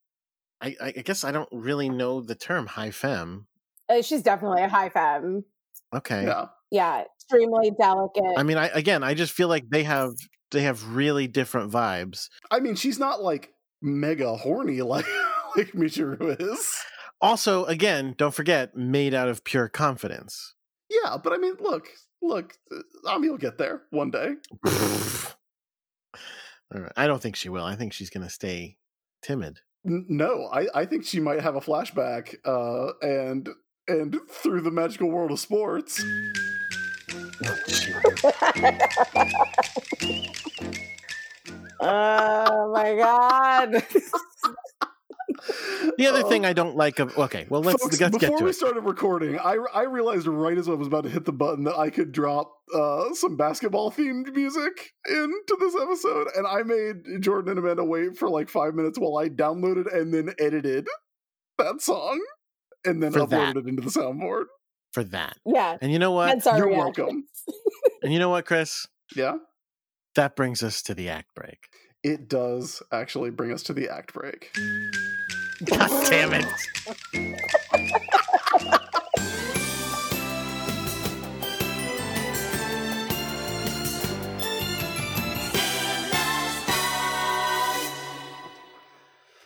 S2: I, I I guess I don't really know the term high femme.
S4: Uh, she's definitely a high femme.
S2: Okay.
S3: Yeah,
S4: Yeah, extremely delicate.
S2: I mean, I again, I just feel like they have they have really different vibes.
S3: I mean she's not like mega horny like like Michiru is.
S2: Also, again, don't forget, made out of pure confidence.
S3: Yeah, but I mean, look, look, Ami will get there one day.
S2: All right. I don't think she will. I think she's going to stay timid.
S3: N- No, I, I think she might have a flashback, uh, and and through the magical world of sports.
S4: oh my God.
S2: The other
S3: Um,
S2: thing I don't like of okay, well let's,
S3: Folks,
S2: let's get
S3: before
S2: to
S3: we
S2: it.
S3: started recording, I, I realized right as I was about to hit the button that I could drop uh, some basketball themed music into this episode, and I made Jordan and Amanda wait for like five minutes while I downloaded and then edited that song, and then
S2: For
S3: uploaded
S2: that.
S3: it into the soundboard.
S2: for that.
S4: Yeah.
S2: And you know what?
S4: That's our
S3: You're
S4: reaction.
S3: welcome.
S2: And you know what, Chris?
S3: Yeah,
S2: That brings us to the act break.
S3: it does actually bring us to the act break.
S2: God damn it.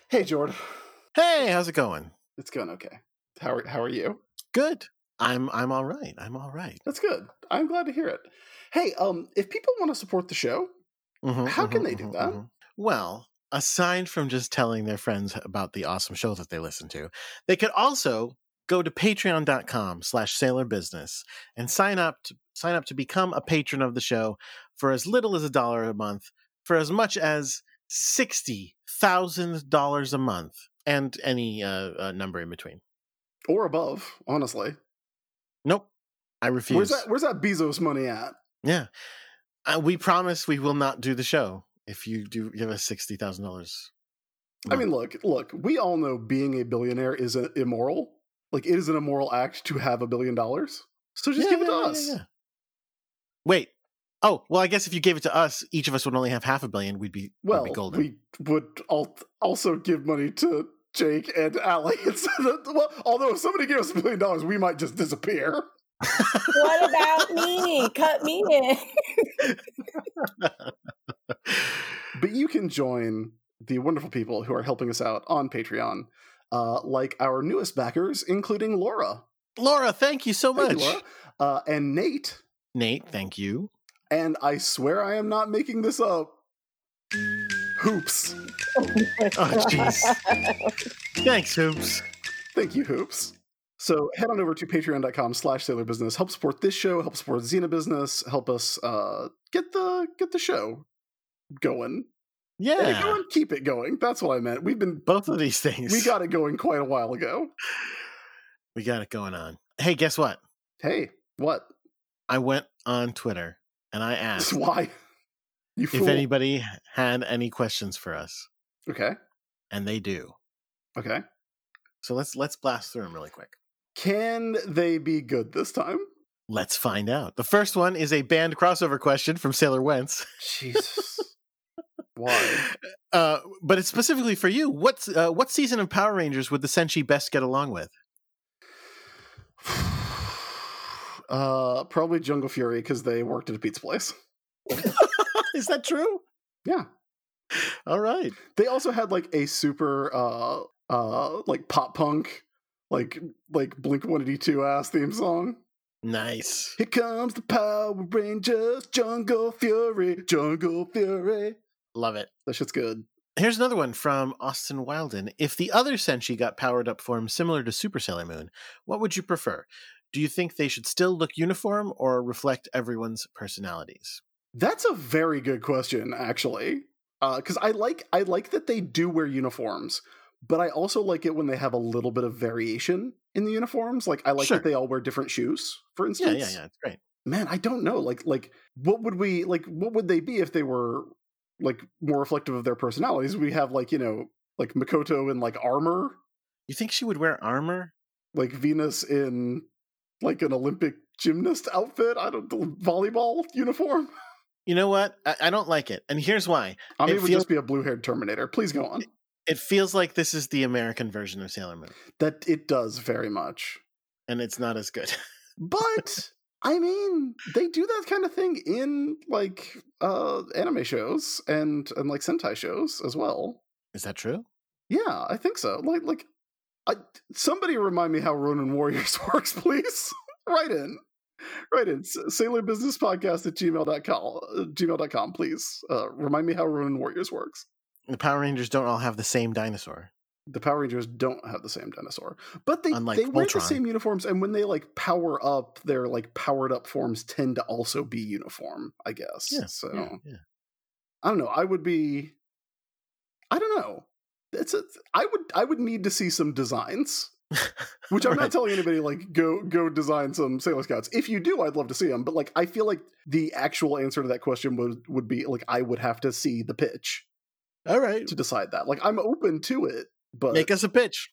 S3: Hey, Jordan,
S2: Hey, how's it going?
S3: it's going okay. How are, how are you?
S2: Good. I'm I'm all right. I'm all right.
S3: That's good. I'm glad to hear it. Hey, um, if people want to support the show,
S2: Mhm,
S3: How can
S2: mhm,
S3: they do
S2: mhm,
S3: that?
S2: mhm. Well, aside from just telling their friends about the awesome show that they listen to, they could also go to patreon.com slash sailor business and sign up to sign up to become a patron of the show for as little as a dollar a month, for as much as sixty thousand dollars a month, and any uh, uh, number in between.
S3: or above, honestly.
S2: Nope, I refuse.
S3: Where's that? Where's that Bezos money at?
S2: Yeah, uh, we promise we will not do the show if you do give us sixty thousand dollars.
S3: I mean, look, look. We all know being a billionaire is a, immoral. Like it is an immoral act to have a billion dollars. So just give it to us.
S2: Wait. Oh, well, I guess if you gave it to us, each of us would only have half a billion. We'd be, well, be
S3: Well,
S2: golden.
S3: we would al- also give money to Jake and Allie. instead of- well, although if somebody gave us a billion dollars, we might just disappear.
S4: what about me? Cut me in.
S3: But you can join the wonderful people who are helping us out on Patreon, uh, like our newest backers, including Laura.
S2: Laura, thank you so
S3: Thank you,
S2: much.
S3: Laura. Uh, and Nate.
S2: Nate, thank you.
S3: And I swear I am not making this up. Hoops.
S2: Oh, jeez. Thanks, Hoops.
S3: Thank you, Hoops. So head on over to patreon.com slash sailor business. Help support this show, help support Xena Business, help us uh, get the get the show going. Get it
S2: Yeah.
S3: going, keep it going. That's what I meant. We've been
S2: Both of these things.
S3: we got it going quite a while ago.
S2: we got it going on. Hey, guess what?
S3: Hey, what?
S2: I went on Twitter and I asked
S3: Why? You
S2: if
S3: fool.
S2: anybody had any questions for us,
S3: okay.
S2: and they do.
S3: Okay.
S2: So let's let's blast through them really quick.
S3: Can they be good this time?
S2: Let's find out. The first one is a band crossover question from Sailor Wentz.
S3: Jesus. Why?
S2: Uh, but it's specifically for you. What's uh, what season of Power Rangers would the Senshi best get along with?
S3: uh, probably Jungle Fury because they worked at a pizza place.
S2: is that true?
S3: Yeah.
S2: All right.
S3: They also had like a super uh uh like pop punk like like Blink One Eighty Two ass theme song.
S2: Nice.
S3: Here comes the Power Rangers, Jungle Fury, Jungle Fury.
S2: Love it.
S3: That shit's good.
S2: Here's another one from Austin Wilden. If the other Senshi got powered up form similar to Super Sailor Moon, what would you prefer? Do you think they should still look uniform or reflect everyone's personalities?
S3: That's a very good question, actually. Because I like I like that they do wear uniforms, but I also like it when they have a little bit of variation in the uniforms. Like I like
S2: Sure.
S3: that they all wear different shoes, for
S2: Yeah,
S3: instance.
S2: yeah, yeah. It's great.
S3: Man, I don't know. Like like what would we like? What would they be if they were like more reflective of their personalities? We have like you know like Makoto in like armor,
S2: You think she would wear armor?
S3: like Venus in like an Olympic gymnast outfit. I don't volleyball uniform.
S2: You know what? I, I don't like it. And here's why.
S3: I mean,
S2: It
S3: it, would
S2: feels-
S3: just be a blue haired Terminator. Please go on.
S2: It feels like this is the American version of Sailor Moon,
S3: that it does very much.
S2: and it's not as good.
S3: But I mean, they do that kind of thing in like uh anime shows and and like sentai shows as well.
S2: Is that true?
S3: Yeah, I think so. Like like I, somebody remind me how Ronin Warriors works, please. right in. Right in. Sailor Business Podcast at gmail.com, uh, gmail.com please. Uh, remind me how Ronin Warriors works.
S2: The Power Rangers don't all have the same dinosaur.
S3: the Power Rangers don't have the same dinosaur, but they
S2: Unlike
S3: they wear the
S2: Voltron.
S3: same uniforms, and when they like power up, their like powered up forms tend to also be uniform. I guess.
S2: Yeah,
S3: so
S2: Yeah, yeah.
S3: I don't know. I would be. I don't know. it's a, I would I would need to see some designs. Which I'm
S2: Right.
S3: not telling anybody like go go design some Sailor Scouts. If you do, I'd love to see them. But like I feel like the actual answer to that question would would be like I would have to see the pitch
S2: All right.
S3: to decide that. Like I'm open to it, but
S2: Make us a pitch.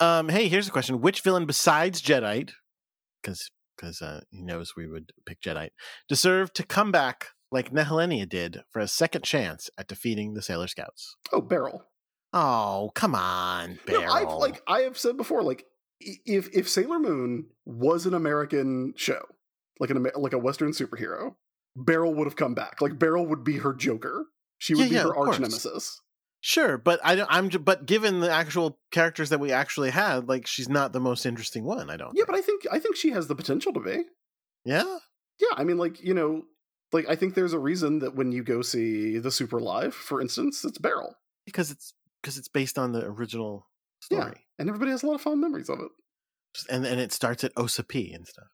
S2: um, hey, here's a question. Which villain besides Jedi, because because uh, he knows we would pick Jedi, deserved to come back like Nehelenia did for a second chance at defeating the Sailor Scouts?
S3: oh barrel.
S2: Oh, come on, Barrel.
S3: No, I've like I have said before, like i- if if Sailor Moon was an American show, like an Amer- like a Western superhero, Beryl would have come back. Like Beryl would be her Joker. She would
S2: Yeah,
S3: be
S2: yeah,
S3: her
S2: of
S3: arch
S2: course.
S3: nemesis.
S2: Sure, but I don't, I'm ju- but given the actual characters that we actually had, like she's not the most interesting one. I don't.
S3: Yeah, but I think I think she has the potential to be.
S2: yeah,
S3: Yeah, I mean, like you know, like I think there's a reason that when you go see the Super Live, for instance, it's Beryl.
S2: because it's because it's based on the original
S3: Yeah,
S2: story,
S3: and everybody has a lot of fond memories of it.
S2: Just- and and it starts at Osa P and stuff.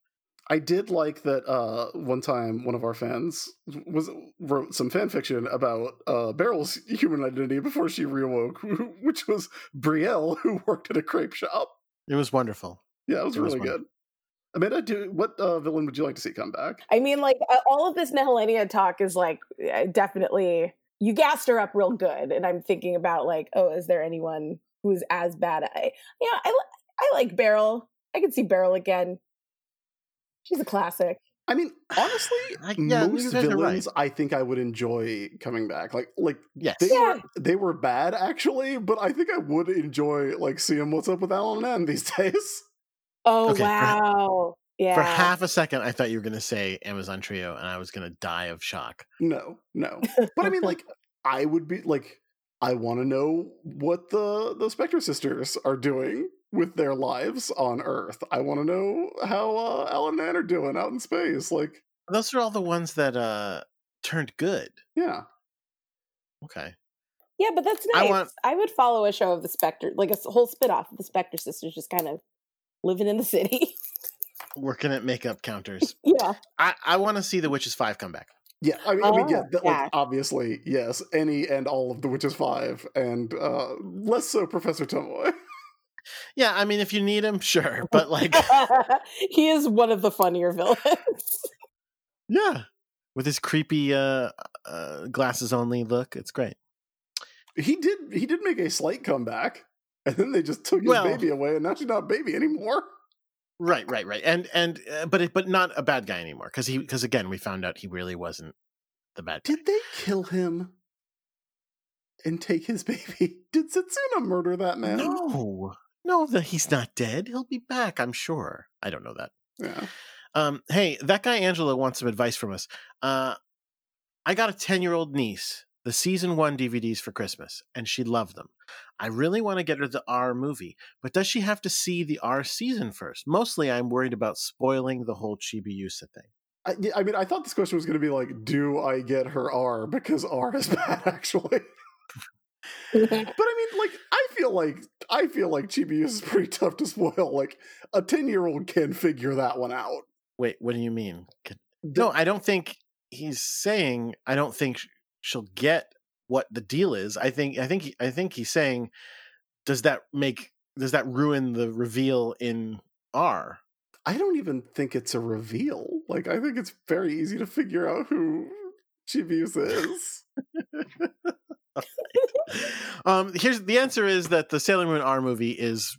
S3: I did like that uh, one time one of our fans was wrote some fan fiction about uh, Beryl's human identity before she reawoke, which was Brielle, who worked at a crepe shop.
S2: It was wonderful.
S3: Yeah, it was
S2: It was
S3: really good. Amanda, do what uh, villain would you like to see come back?
S4: I mean, like uh, all of this Nehelenia talk is like uh, definitely you gassed her up real good, and I'm thinking about like, oh, is there anyone who's as bad? I yeah, I li- I like Beryl. I can see Beryl again. She's a classic.
S3: I mean, honestly,
S2: I- yeah, you
S3: most
S2: guys are right.
S3: villains I think I would enjoy coming back. Like, like
S2: Yes.
S3: they
S4: Yeah.
S3: were they were bad actually, but I think I would enjoy like seeing what's up with Alan N these days.
S4: Oh
S2: Okay, for-
S4: wow! yeah.
S2: For half a second, I thought you were going to say Amazon Trio, and I was going to die of shock.
S3: No, no. But I mean, like, I would be like, I want to know what the the Spectre sisters are doing with their lives on Earth. I want to know how uh, Alan and Ann are doing out in space. Like,
S2: Those are all the ones that uh turned good.
S3: yeah,
S2: Okay.
S4: yeah, but that's
S2: I
S4: nice. I,
S2: want-
S4: would follow a show of the Spectre, like a s- whole spinoff of the Spectre sisters, just kind of living in the city.
S2: Working at makeup counters.
S4: yeah,
S2: I, I want to see The Witches 5 come back.
S3: yeah. I mean, I mean, yeah.
S4: Oh,
S3: That,
S4: yeah.
S3: like, obviously, yes. Any and all of the Witches Five, and uh less so Professor Tomoe.
S2: Yeah, I mean, if you need him, sure. But like,
S4: he is one of the funnier villains.
S2: yeah. With his creepy uh, uh glasses only look, it's great.
S3: he did he did make a slight comeback, and then they just took his
S2: Well-
S3: baby away, and now she's not a baby anymore.
S2: Right, right, right. And and uh, but it, but not a bad guy anymore because he because again we found out he really wasn't the bad. guy.
S3: Did they kill him and take his baby? Did Setsuna murder that man?
S2: No, no, that he's not dead. He'll be back, I'm sure. I don't know that.
S3: Yeah.
S2: Um, hey, that guy Angela wants some advice from us. Uh, I got a 10 year old niece the season one DVDs for Christmas, and she loved them. I really want to get her the R movie, but does she have to see the R season first? Mostly, I'm worried about spoiling the whole Chibiusa thing.
S3: I, yeah, I mean, I thought this question was going to be like, do I get her R? Because R is bad, actually. but I mean, like, I feel like I feel like Chibi is pretty tough to spoil. Like, a ten-year-old can figure that one out.
S2: Wait, what do you mean? Could- No, I don't think he's saying. I don't think sh- she'll get what the deal is. I think. I think. he- I think he's saying. Does that make? Does that ruin the reveal in R?
S3: I don't even think it's a reveal. Like, I think it's very easy to figure out who Chibi is.
S2: um, here's the answer is that the Sailor Moon R movie is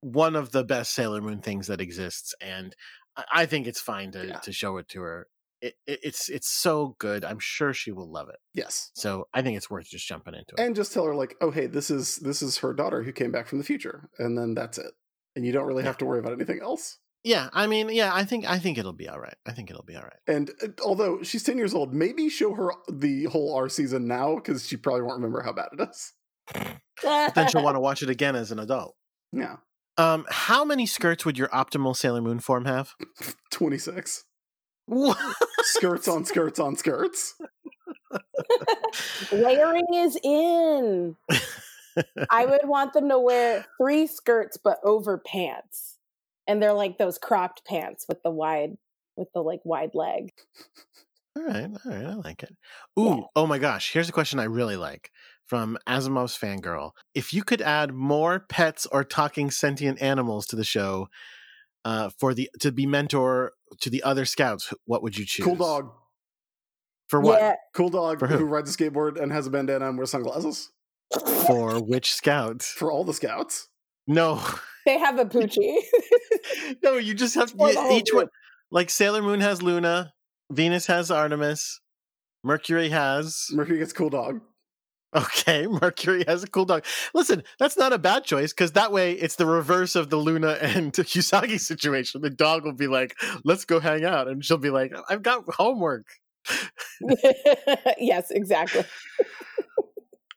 S2: one of the best Sailor Moon things that exists, and I- I think it's fine to,
S3: Yeah.
S2: to show it to her. It, it, it's it's so good. I'm sure she will love it.
S3: yes.
S2: So I think it's worth just jumping into it.
S3: and just tell her like oh hey this is this is her daughter who came back from the future and then that's it and you don't really have to worry about anything else
S2: yeah, I mean, yeah, I think I think it'll be all right. I think it'll be all right.
S3: and uh, although she's 10 years old maybe show her the whole r season now because she probably won't remember how bad it is
S2: Then she'll want to watch it again as an adult.
S3: yeah
S2: Um, how many skirts would your optimal Sailor Moon form have?
S3: 26
S2: What?
S3: skirts on skirts on skirts
S4: Layering is in. I would want them to wear three skirts but over pants. And they're like those cropped pants with the wide with the like wide leg.
S2: All right, all right, I like it. Ooh, oh my gosh, here's a question I really like. from Asimov's Fangirl. If you could add more pets or talking sentient animals to the show uh, for the to be mentor to the other scouts, what would you choose?
S3: Cool dog.
S2: For what?
S4: Yeah.
S3: Cool dog
S2: For
S3: who?
S2: who?
S3: rides a skateboard and has a bandana and wears sunglasses.
S2: For which scout?
S3: For all the scouts.
S2: No,
S4: They have a poochie.
S2: no. You just have
S4: For the
S2: you-
S4: whole
S2: each one. Like Sailor Moon has Luna, Venus has Artemis, Mercury has
S3: Murphy gets cool dog.
S2: Okay, Mercury has a cool dog. Listen, that's not a bad choice because that way it's the reverse of the Luna and Usagi situation. The dog will be like, let's go hang out. And she'll be like, I've got homework.
S4: yes, exactly.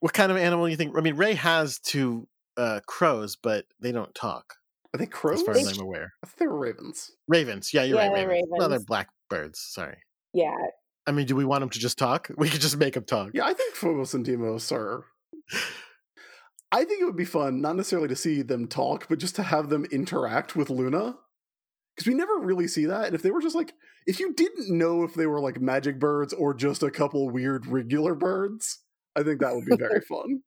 S2: What kind of animal do you think? I mean, Ray has two uh, crows, but they don't talk,
S3: Are they crows?
S2: as far
S3: I
S2: as
S3: think
S2: I'm aware.
S3: they were ravens.
S2: Ravens. Yeah, you're
S4: Yeah,
S2: right.
S4: they're
S2: Ravens. No, they're
S4: ravens.
S2: blackbirds. Sorry.
S4: Yeah.
S2: I mean, do we want them to just talk? We could just make them talk.
S3: Yeah, I think Phobos and Deimos are. I think it would be fun, not necessarily to see them talk, but just to have them interact with Luna. Because we never really see that. And if they were just like, if you didn't know if they were like magic birds or just a couple weird regular birds, I think that would be very fun.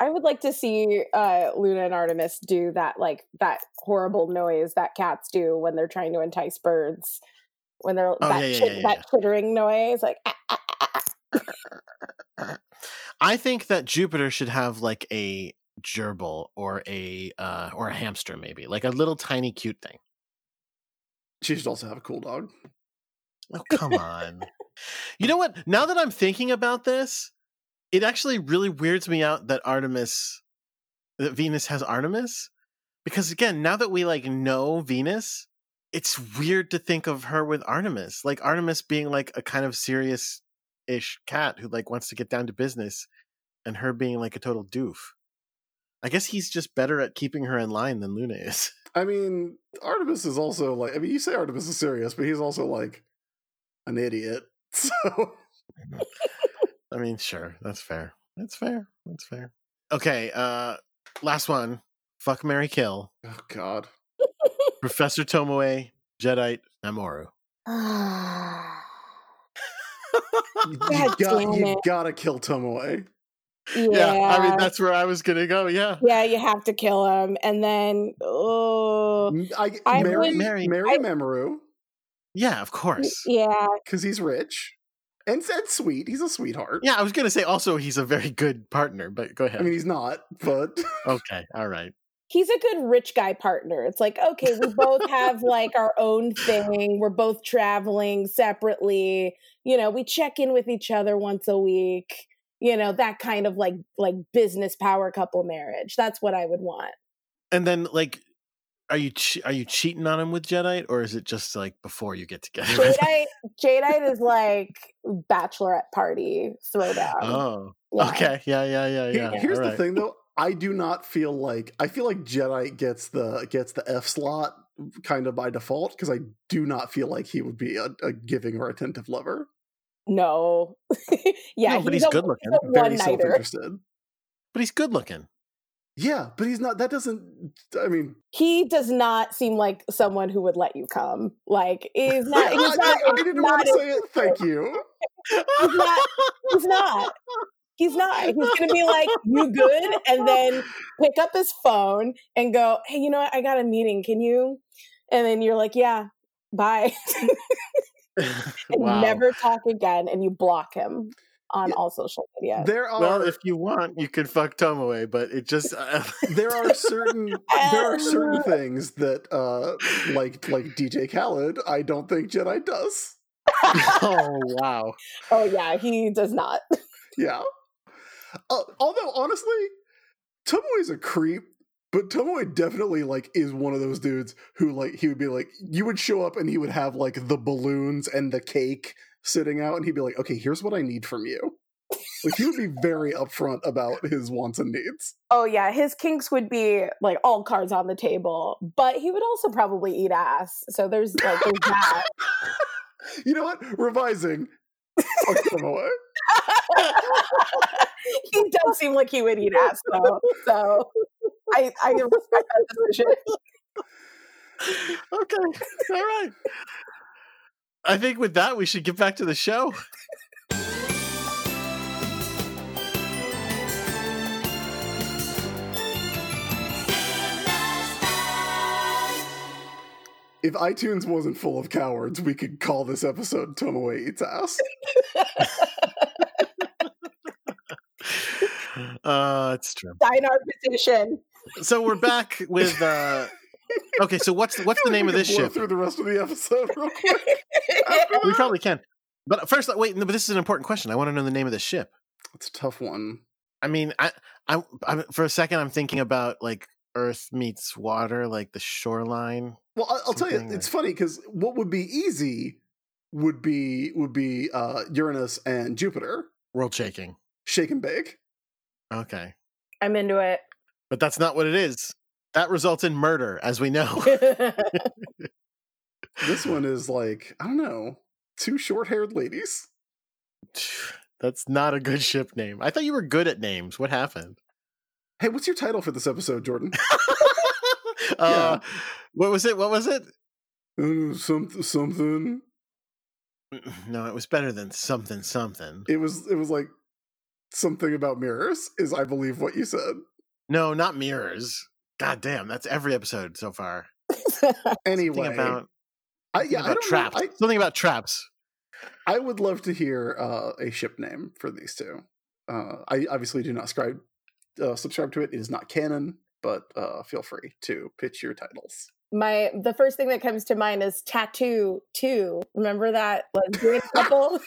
S4: I would like to see uh, Luna and Artemis do that, like that horrible noise that cats do when they're trying to entice birds. When they're that,
S2: Oh, yeah, yeah,
S4: chit-
S2: yeah,
S4: that
S2: yeah.
S4: chittering noise, like ah, ah, ah, ah.
S2: I think that Jupiter should have like a gerbil or a uh, or a hamster, maybe like a little tiny cute thing.
S3: She should also have a cool dog.
S2: Oh, come on. You know what? Now that I'm thinking about this, it actually really weirds me out that Artemis, that Venus has Artemis. Because again, now that we like know Venus, it's weird to think of her with Artemis. Like Artemis being like a kind of serious ish cat who like wants to get down to business and her being like a total doof. I guess he's just better at keeping her in line than Luna is.
S3: I mean, Artemis is also like, I mean, you say Artemis is serious, but he's also like an idiot. So oh,
S2: I mean, sure, that's fair. That's fair. That's fair. Okay, uh last one. Fuck Mary Kill.
S3: Oh god.
S2: Professor Tomoe, Jedi, Amoru.
S3: You,
S4: God
S3: got,
S4: damn
S3: you
S4: it.
S3: gotta kill Tomoe.
S4: yeah,
S2: I mean that's where I was gonna go, yeah.
S4: yeah, you have to kill him, and then oh,
S3: M- I,
S4: I
S3: marry,
S4: would-
S3: marry,
S2: Mary-
S3: Mamoru
S2: Yeah, of course.
S4: yeah,
S3: because he's rich and said sweet. He's a sweetheart.
S2: Yeah, I was gonna say also he's a very good partner, but go ahead.
S3: I mean, he's not, but
S2: okay, all right.
S4: he's a good rich guy partner. It's like, okay, we both have like our own thing. We're both traveling separately. You know, we check in with each other once a week. You know, that kind of like like business power couple marriage. That's what I would want.
S2: And then like are you che- are you cheating on him with Jedi or is it just like before you get together?
S4: Jadeite Jadeite is like bachelorette party throwdown.
S2: oh.
S4: Yeah.
S2: Okay. Yeah, yeah, yeah,
S3: Here-
S2: yeah.
S3: here's
S2: all
S3: the
S2: right.
S3: thing, though. I do not feel like I feel like Jedi gets the gets the F slot kind of by default because I do not feel like he would be a, a giving or attentive lover.
S4: No. yeah,
S2: No, but he's
S4: a-
S2: good looking.
S4: a
S3: Very self
S4: one-nighter.
S3: interested.
S2: But he's good looking.
S3: Yeah, but he's not. That doesn't. I mean,
S4: he does not seem like someone who would let you come. Like he's not. He's
S3: I,
S4: not.
S3: I didn't want
S4: not
S3: to say it. Thank you.
S4: He's not. He's not. He's not. He's gonna be like, "You good?" and then pick up his phone and go, "Hey, you know what? I got a meeting. Can you?" And then you're like, "Yeah, bye." and
S2: wow.
S4: never talk again, and you block him on
S3: Yeah.
S4: all social media.
S3: There are
S2: Well, if you want, you can fuck Tomoe, but it just uh,
S3: there are certain there are certain things that uh like like DJ Khaled, I don't think Jedi does.
S2: oh wow.
S4: oh yeah, he does not.
S3: Yeah. Uh, although honestly, Tomoe's a creep, but Tomoe definitely like is one of those dudes who like he would be like you would show up and he would have like the balloons and the cake sitting out and he'd be like, "Okay, here's what I need from you." Like he would be very upfront about his wants and needs.
S4: Oh yeah, his kinks would be like all cards on the table, but he would also probably eat ass. So there's like there's that.
S3: You know what? Revising. Fuck Tomoe.
S4: he does seem like he would eat ass though. So I I can respect that decision.
S2: Okay. All right. I think with that we should get back to the show.
S3: if iTunes wasn't full of cowards, we could call this episode Tomoe Eats Ass.
S2: uh, it's true.
S4: Sign our petition.
S2: So we're back with. Uh, okay, so what's what's the
S3: I feel like
S2: name
S3: we
S2: of
S3: could
S2: this
S3: blow
S2: ship?
S3: Through the rest of the episode, real quick.
S2: We probably can. But first, uh, wait. No, but this is an important question. I want to know the name of the ship.
S3: It's a tough one.
S2: I mean, I, I, I, for a second, I'm thinking about like Earth meets water, like the shoreline.
S3: Well, I- I'll tell you,
S2: Something
S3: it's
S2: that-
S3: funny because what would be easy would be would be uh, Uranus and Jupiter
S2: World shaking.
S3: shake and bake.
S2: Okay,
S4: I'm into it.
S2: but that's not what it is. That results in murder, as we know.
S3: This one is like I don't know, two short-haired ladies.
S2: That's not a good ship name. I thought you were good at names. What happened?
S3: Hey, what's your title for this episode, Jordan?
S2: uh, What was it? What was it?
S3: Uh, Some, something.
S2: No, it was better than something something.
S3: It was it was like something about mirrors. Is I believe what you said.
S2: No, not mirrors. God damn, that's every episode so far. Something
S3: Anyway,
S2: about,
S3: I,
S2: something
S3: yeah, I
S2: about
S3: don't know.
S2: traps.
S3: I,
S2: Something about traps.
S3: I would love to hear uh, a ship name for these two. Uh, I obviously do not scribe, uh, subscribe to it. It is not canon, but uh, feel free to pitch your titles.
S4: My the first thing that comes to mind is tattoo two. Remember that lesbian couple,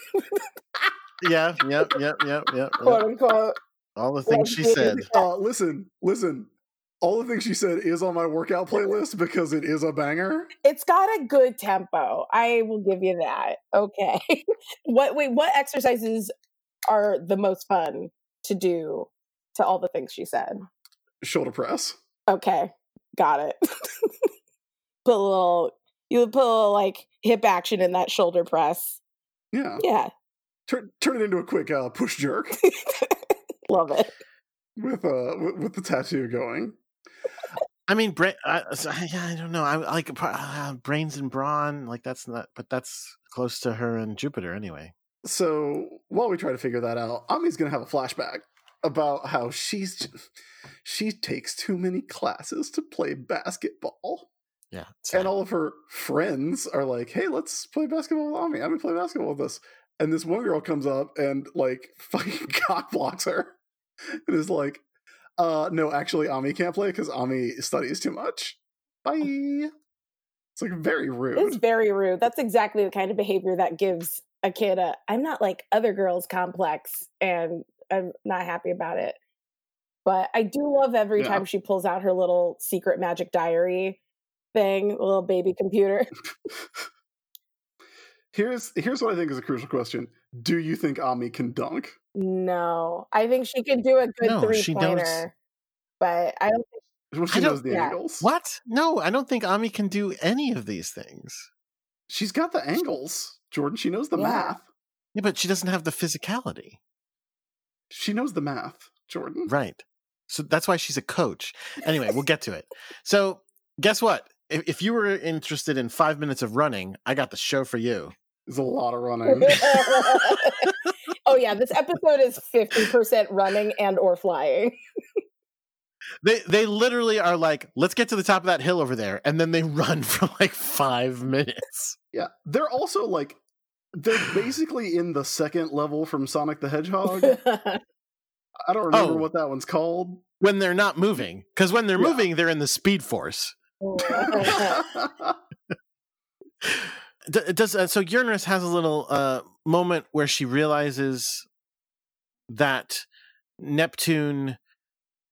S2: Yeah, yep, yep, yep, yep.
S4: quote
S2: yep.
S4: unquote.
S2: All the things she said.
S4: lesbian-
S3: Uh, listen, listen. All the things she said is on my workout playlist because it is a banger.
S4: It's got a good tempo. I will give you that. Okay. what wait, what exercises are the most fun to do to all the things she said?
S3: Shoulder press.
S4: Okay. Got it. put a little you would put a little like hip action in that shoulder press.
S3: Yeah.
S4: Yeah.
S3: Turn turn it into a quick uh, push jerk
S4: Love it.
S3: with uh with, with the tattoo going.
S2: I mean, bra- I, so I, yeah, I don't know. I like pro- uh, brains and brawn. Like that's not, but that's close to her and Jupiter anyway.
S3: So while we try to figure that out, Ami's gonna have a flashback about how she's j- she takes too many classes to play basketball,
S2: Yeah, it's
S3: and
S2: fine.
S3: all of her friends are like, "Hey, let's play basketball with Ami. I'm gonna play basketball with us." And this one girl comes up and like fucking cock blocks her, and is like, "Uh, no, actually, Ami can't play because Ami studies too much." Bye. It's like very rude.
S4: It's very rude. That's exactly the kind of behavior that gives a kid a I'm not like other girls complex and I'm not happy about it. But I do love every
S3: Yeah.
S4: time she pulls out her little secret magic diary thing, little baby computer.
S3: Here's here's what I think is a crucial question. Do you think Ami can dunk?
S4: No. I think she can do a good
S2: No,
S4: three
S2: she
S4: pointer.
S2: knows-
S4: But I don't think
S3: Well, she
S2: I don't-
S3: knows the
S4: yeah.
S3: angles.
S2: What? No, I don't think Ami can do any of these things.
S3: She's got the angles, Jordan. She knows the
S4: Yeah.
S3: math.
S2: Yeah, but she doesn't have the physicality,
S3: She knows the math, Jordan.
S2: right? So that's why she's a coach. Anyway, we'll get to it. So guess what? If, if you were interested in five minutes of running, I got the show for you.
S3: There's a lot of running.
S4: oh yeah, this episode is fifty percent running and or flying.
S2: They they literally are like, let's get to the top of that hill over there, and then they run for like five minutes.
S3: yeah. They're also like they're basically in the second level from Sonic the Hedgehog. I don't remember
S2: Oh.
S3: what that one's called.
S2: when they're not moving because when they're
S3: Yeah.
S2: moving they're in the speed force
S3: yeah,
S2: D- it does uh, so uranus has a little uh moment where she realizes that neptune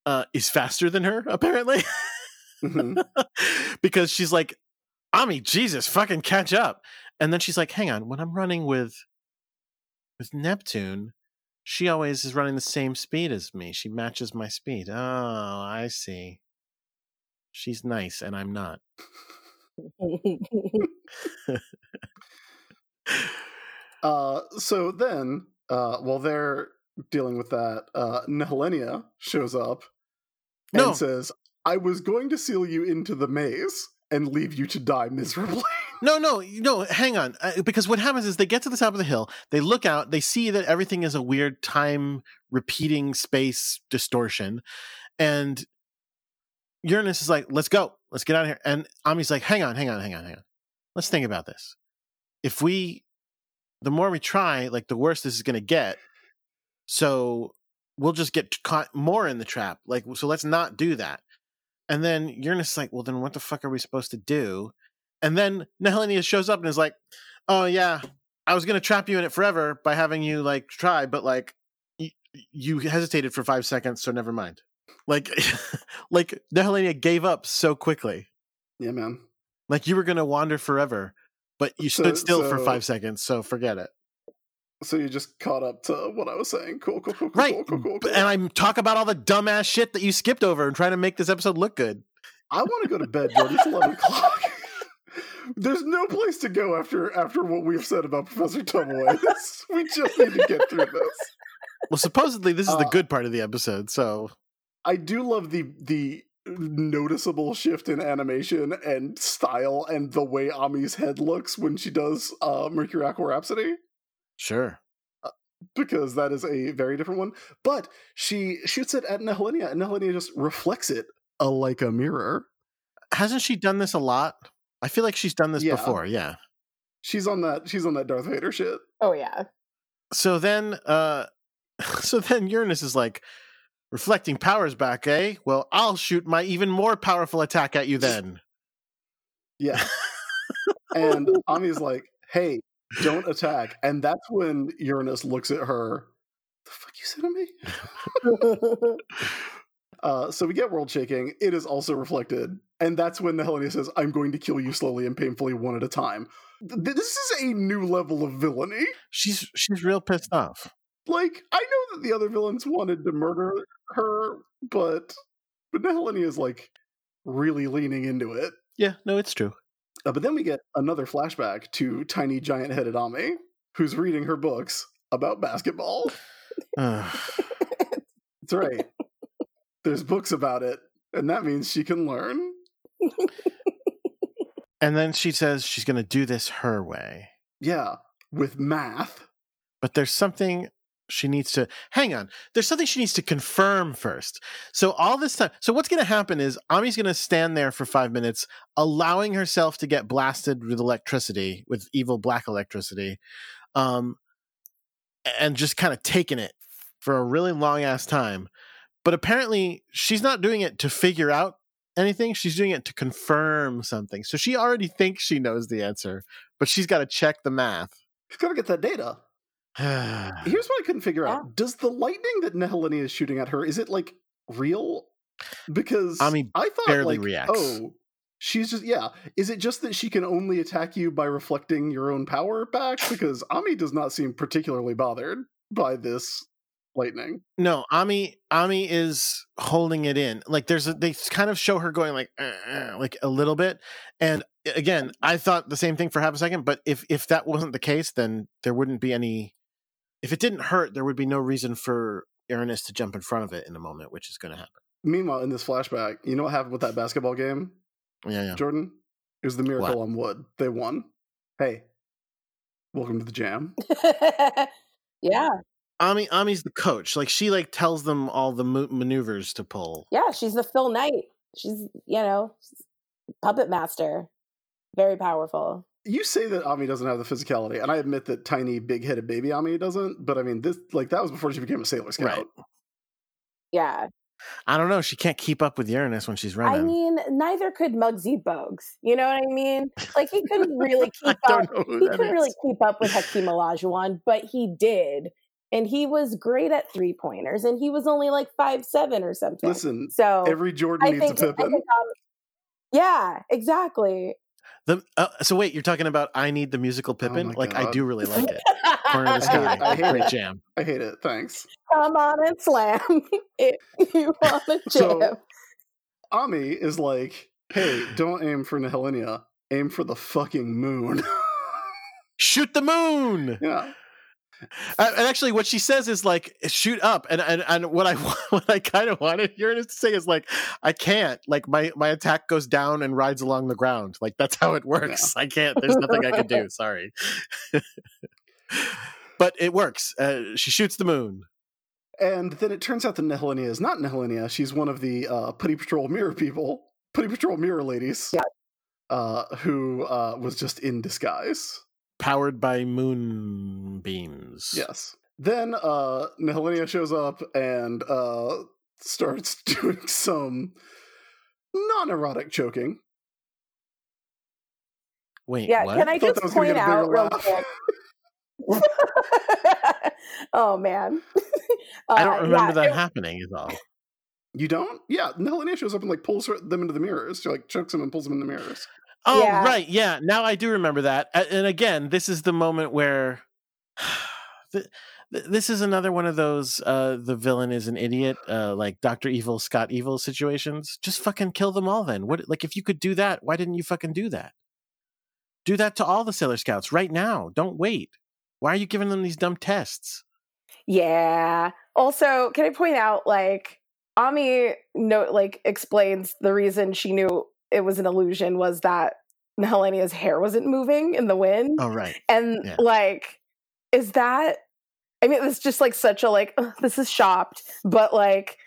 S2: uh is faster than her apparently
S3: Mm-hmm.
S2: because she's like ami jesus fucking catch up and then she's like hang on when i'm running with with neptune she always is running the same speed as me she matches my speed oh i see she's nice and i'm not
S3: Uh, so then, uh, while they're dealing with that, uh, Nehelenia shows up
S2: no
S3: and says, "I was going to seal you into the maze and leave you to die miserably."
S2: No, no, no. Hang on, uh, because what happens is they get to the top of the hill. They look out. They see that everything is a weird time repeating space distortion, and Uranus is like, "Let's go, let's get out of here." And Ami's like, "Hang on, hang on, hang on, hang on." let's think about this. If we, the more we try, like the worse this is going to get. So we'll just get caught more in the trap. Like, so let's not do that. And then Uranus is like, well, then what the fuck are we supposed to do? And then Nehelinia shows up and is like, oh, yeah, I was going to trap you in it forever by having you like try, but like y- you hesitated for five seconds, so never mind. Like, like Nehelinia gave up so quickly.
S3: Yeah, man.
S2: Like you were going to wander forever, but you
S3: So-
S2: stood still for
S3: so-
S2: five seconds, so forget it.
S3: So you just caught up to what I was saying. Cool, cool, cool, cool,
S2: Right.
S3: cool, cool, cool. cool.
S2: And I talk about all the dumbass shit that you skipped over and trying to make this episode look good.
S3: I want to go to bed, Jordan. It's eleven o'clock. There's no place to go after after what we've said about Professor Tumaway. This- we just need to get through this.
S2: Well, supposedly this is the
S3: Uh,
S2: good part of the episode, so
S3: I do love the the noticeable shift in animation and style and the way Ami's head looks when she does uh, Mercury Aqua Rhapsody.
S2: sure.
S3: because that is a very different one. But she shoots it at Nehelinia, and Nehelinia just reflects it uh, like a mirror.
S2: Hasn't she done this a lot? I feel like she's done this
S3: Yeah.
S2: before, yeah.
S3: She's on that. She's on that Darth Vader shit.
S4: Oh yeah.
S2: So then uh so then Uranus is like reflecting powers back, eh? Well, I'll shoot my even more powerful attack at you then.
S3: Yeah. and Ami's like, "Hey, don't attack." And that's when Uranus looks at her. The fuck you said to me? Uh, so we get world shaking. It is also reflected, and that's when Nehelinia says, "I'm going to kill you slowly and painfully, one at a time." Th- this is a new level of villainy.
S2: She's she's real pissed off.
S3: like I know that the other villains wanted to murder her, but but Nehelinia is like really leaning into it.
S2: Yeah, no, it's true.
S3: Uh, but then we get another flashback to tiny giant headed Ami, who's reading her books about basketball.
S2: Ugh.
S3: That's right. There's books about it, and that means she can learn.
S2: and then she says she's going to do this her way.
S3: Yeah, with math.
S2: but there's something she needs to hang on. There's something she needs to confirm first. So all this time, so what's going to happen is Ami's going to stand there for 5 minutes allowing herself to get blasted with electricity, with evil black electricity. Um and just kind of taking it for a really long ass time. But apparently she's not doing it to figure out anything, she's doing it to confirm something. So she already thinks she knows the answer, but she's got to check the math.
S3: She's gotta get that data. Here's what I couldn't figure out: Does the lightning that Nehelinia is shooting at her is it like real? Because
S2: I mean,
S3: I thought
S2: barely
S3: like,
S2: reacts.
S3: oh, she's just yeah. Is it just that she can only attack you by reflecting your own power back? Because Ami does not seem particularly bothered by this lightning.
S2: No, Ami Ami is holding it in. Like there's a, they kind of show her going like "Uh, uh," like a little bit. And again, I thought the same thing for half a second, but if if that wasn't the case, then there wouldn't be any if it didn't hurt, there would be no reason for Uranus to jump in front of it in a moment, which is going to happen.
S3: Meanwhile, in this flashback, you know what happened with that basketball game,
S2: Yeah, yeah.
S3: Jordan? It was the miracle on wood. They won. Hey, welcome to the jam.
S4: yeah.
S2: Ami Ami's the coach. Like she like tells them all the mo- maneuvers to pull.
S4: Yeah, she's the Phil Knight. She's, you know, she's puppet master. Very powerful.
S3: you say that Ami doesn't have the physicality, and I admit that tiny, big-headed baby Ami doesn't. But I mean, this like that was before she became a Sailor Scout.
S2: Right.
S4: Yeah.
S2: I don't know, she can't keep up with Uranus when she's running.
S4: I mean, neither could Muggsy Bogues. You know what I mean? Like he couldn't really
S2: I
S4: keep up.
S2: don't know who
S4: He
S2: that
S4: couldn't
S2: is.
S4: really keep up with Hakeem Olajuwon, but he did, and he was great at three pointers. And he was only like five seven or something.
S3: Listen,
S4: so
S3: every Jordan
S4: I
S3: needs
S4: think,
S3: a
S4: I think,
S3: Pippin.
S4: um, yeah, exactly.
S2: The uh, so wait, you're talking about I need the musical Pippin?
S3: Oh my
S2: like I
S3: God.
S2: do really like it. Corner of the
S3: I
S2: sky,
S3: hate- I hate
S2: great
S3: it.
S2: jam.
S3: I hate it. Thanks,
S4: Come on and slam if you want to
S3: So-
S4: jam.
S3: Ami is like, hey, don't aim for Nihilinia. Aim for the fucking moon.
S2: Shoot the moon.
S3: yeah,
S2: Uh, and actually, what she says is like, shoot up. And and, and what I wa- what I kind of wanted Uranus to say is like, I can't. Like my my attack goes down and rides along the ground. Like that's how it works. I can't. There's nothing I can do. Sorry. but it works. Uh, she shoots the moon.
S3: and then it turns out that Nihilinia is not Nihilinia. She's one of the uh, Putty Patrol mirror people, Putty Patrol mirror ladies.
S4: Yeah.
S3: uh, who uh, was just in disguise.
S2: Powered by moon beams.
S3: Yes. Then uh, Nihilinia shows up and uh, starts doing some non-erotic choking.
S2: Wait,
S4: Yeah,
S2: what?
S4: can I
S3: I thought
S4: just
S3: that was gonna
S4: point
S3: get a bigger
S4: out
S3: laugh.
S4: real quick? oh man, uh,
S2: I don't remember
S4: yeah,
S2: that
S4: it-
S2: happening is all.
S3: You don't? Yeah, Nihilinia shows up and like pulls her, them into the mirrors. She like chokes them and pulls them in the mirrors.
S2: Oh,
S4: Yeah.
S2: right. Yeah. Now I do remember that. A- And again, this is the moment where th- th- this is another one of those uh, the villain is an idiot, uh, like Dr. Evil, Scott Evil situations. Just fucking kill them all then. What, like, if you could do that, why didn't you fucking do that? Do that to all the Sailor Scouts right now. Don't wait. Why are you giving them these dumb tests?
S4: Yeah. Also, can I point out like Ami note like explains the reason she knew it was an illusion was that Helenia's hair wasn't moving in the wind.
S2: Oh, right.
S4: and
S2: yeah.
S4: like is that I mean it's just like such a like ugh, this is shopped, but like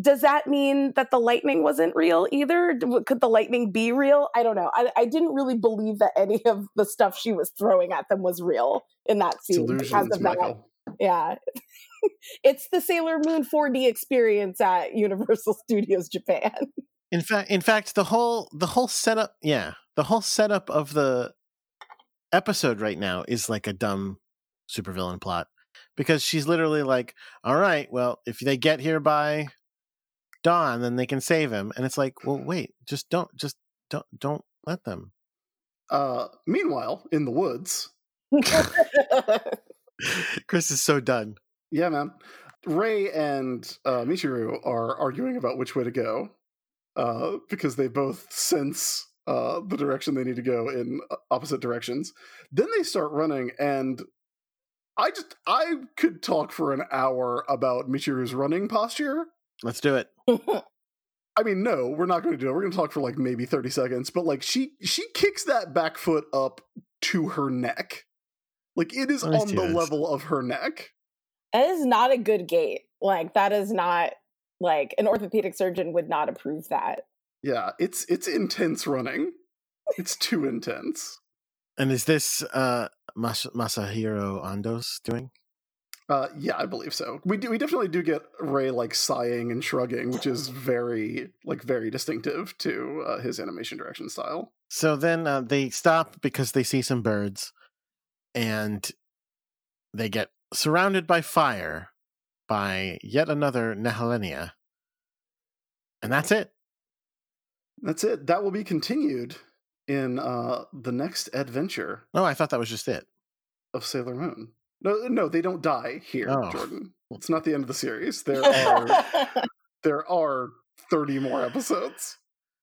S4: does that mean that the lightning wasn't real either? D- w- Could the lightning be real? I don't know. I, I didn't really believe that any of the stuff she was throwing at them was real in that
S3: It's
S4: scene because
S3: illusions,
S4: of that.
S3: Michael.
S4: Yeah. it's the Sailor Moon 4D experience at Universal Studios Japan.
S2: In fact, in fact, the whole the whole setup, yeah, the whole setup of the episode right now is like a dumb supervillain plot because she's literally like, "All right, well, if they get here by dawn, then they can save him." And it's like, "Well, wait, just don't, just don't, don't let them."
S3: Uh, meanwhile, in the woods,
S2: Chris is so done.
S3: yeah, man, Ray and uh, Michiru are arguing about which way to go uh, because they both sense uh, the direction they need to go in uh, opposite directions. Then they start running, and I just I could talk for an hour about Michiru's running posture.
S2: Let's do it.
S3: I mean, no, we're not going to do it. We're going to talk for like maybe thirty seconds, but like she she kicks that back foot up to her neck, like it is
S2: Let me
S3: on
S2: see
S3: the
S2: this.
S3: level of her neck.
S4: that is not a good gait. Like, that is not, like, an orthopedic surgeon would not approve that.
S3: Yeah, it's it's intense running. It's too intense.
S2: And is this uh Mas- Masahiro Ando's doing?
S3: Uh, yeah, I believe so. We do, we definitely do get Ray like sighing and shrugging, which is very like very distinctive to uh, his animation direction style.
S2: So then uh, they stop because they see some birds and they get surrounded by fire by yet another Nehelenia. And that's it.
S3: That's it. That will be continued in uh, the next adventure
S2: No, Oh, I thought that was just it.
S3: of Sailor Moon. No, no, they don't die here,
S2: Oh.
S3: Jordan. It's not the end of the series. There are there are thirty more episodes.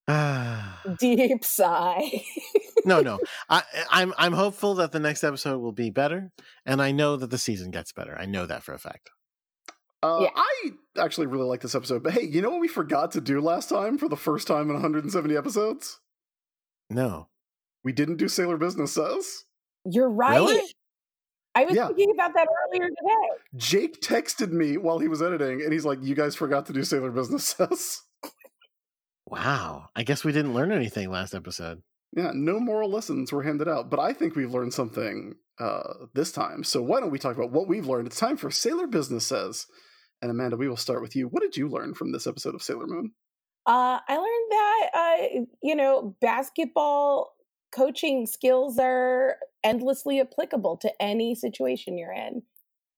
S2: no,
S4: Deep sigh.
S2: no. I, eh, I'm I'm hopeful that the next episode will be better, and I know that the season gets better. I know that for a fact.
S3: Uh,
S4: Yeah.
S3: I actually really like this episode, but hey, you know what we forgot to do last time for the first time in 170 episodes?
S2: No,
S3: We didn't do Sailor Business Says.
S4: You're right.
S2: Really?
S4: I was
S3: Yeah.
S4: thinking about that earlier today.
S3: Jake texted me while he was editing, and he's like, "You guys forgot to do Sailor Business Says."
S2: wow. I guess we didn't learn anything last episode.
S3: yeah, no moral lessons were handed out, but I think we've learned something uh, this time. So why don't we talk about what we've learned? It's time for Sailor Business Says. And Amanda, we will start with you. What did you learn from this episode of Sailor Moon?
S4: Uh, I learned that, uh, you know, basketball coaching skills are endlessly applicable to any situation you're in.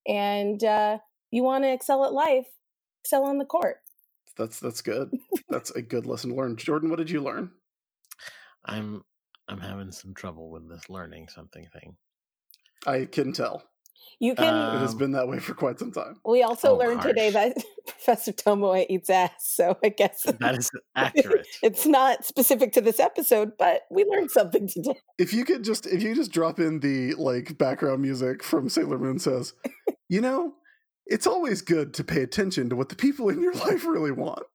S4: And uh, you want to excel at life, excel on the court.
S3: That's that's good. that's a good lesson to learn. Jordan, what did you learn?
S2: I'm I'm having some trouble with this learning something thing.
S3: I can tell.
S4: You can.
S3: It has
S2: Um,
S3: been that way for quite some time.
S4: we also
S2: oh,
S4: learned today
S2: harsh.
S4: that Professor Tomoe eats ass. So I guess
S2: That is accurate.
S4: it's not specific to this episode, but we learned something today.
S3: If you could just if you just drop in the like background music from Sailor Moon says, you know, it's always good to pay attention to what the people in your life really want.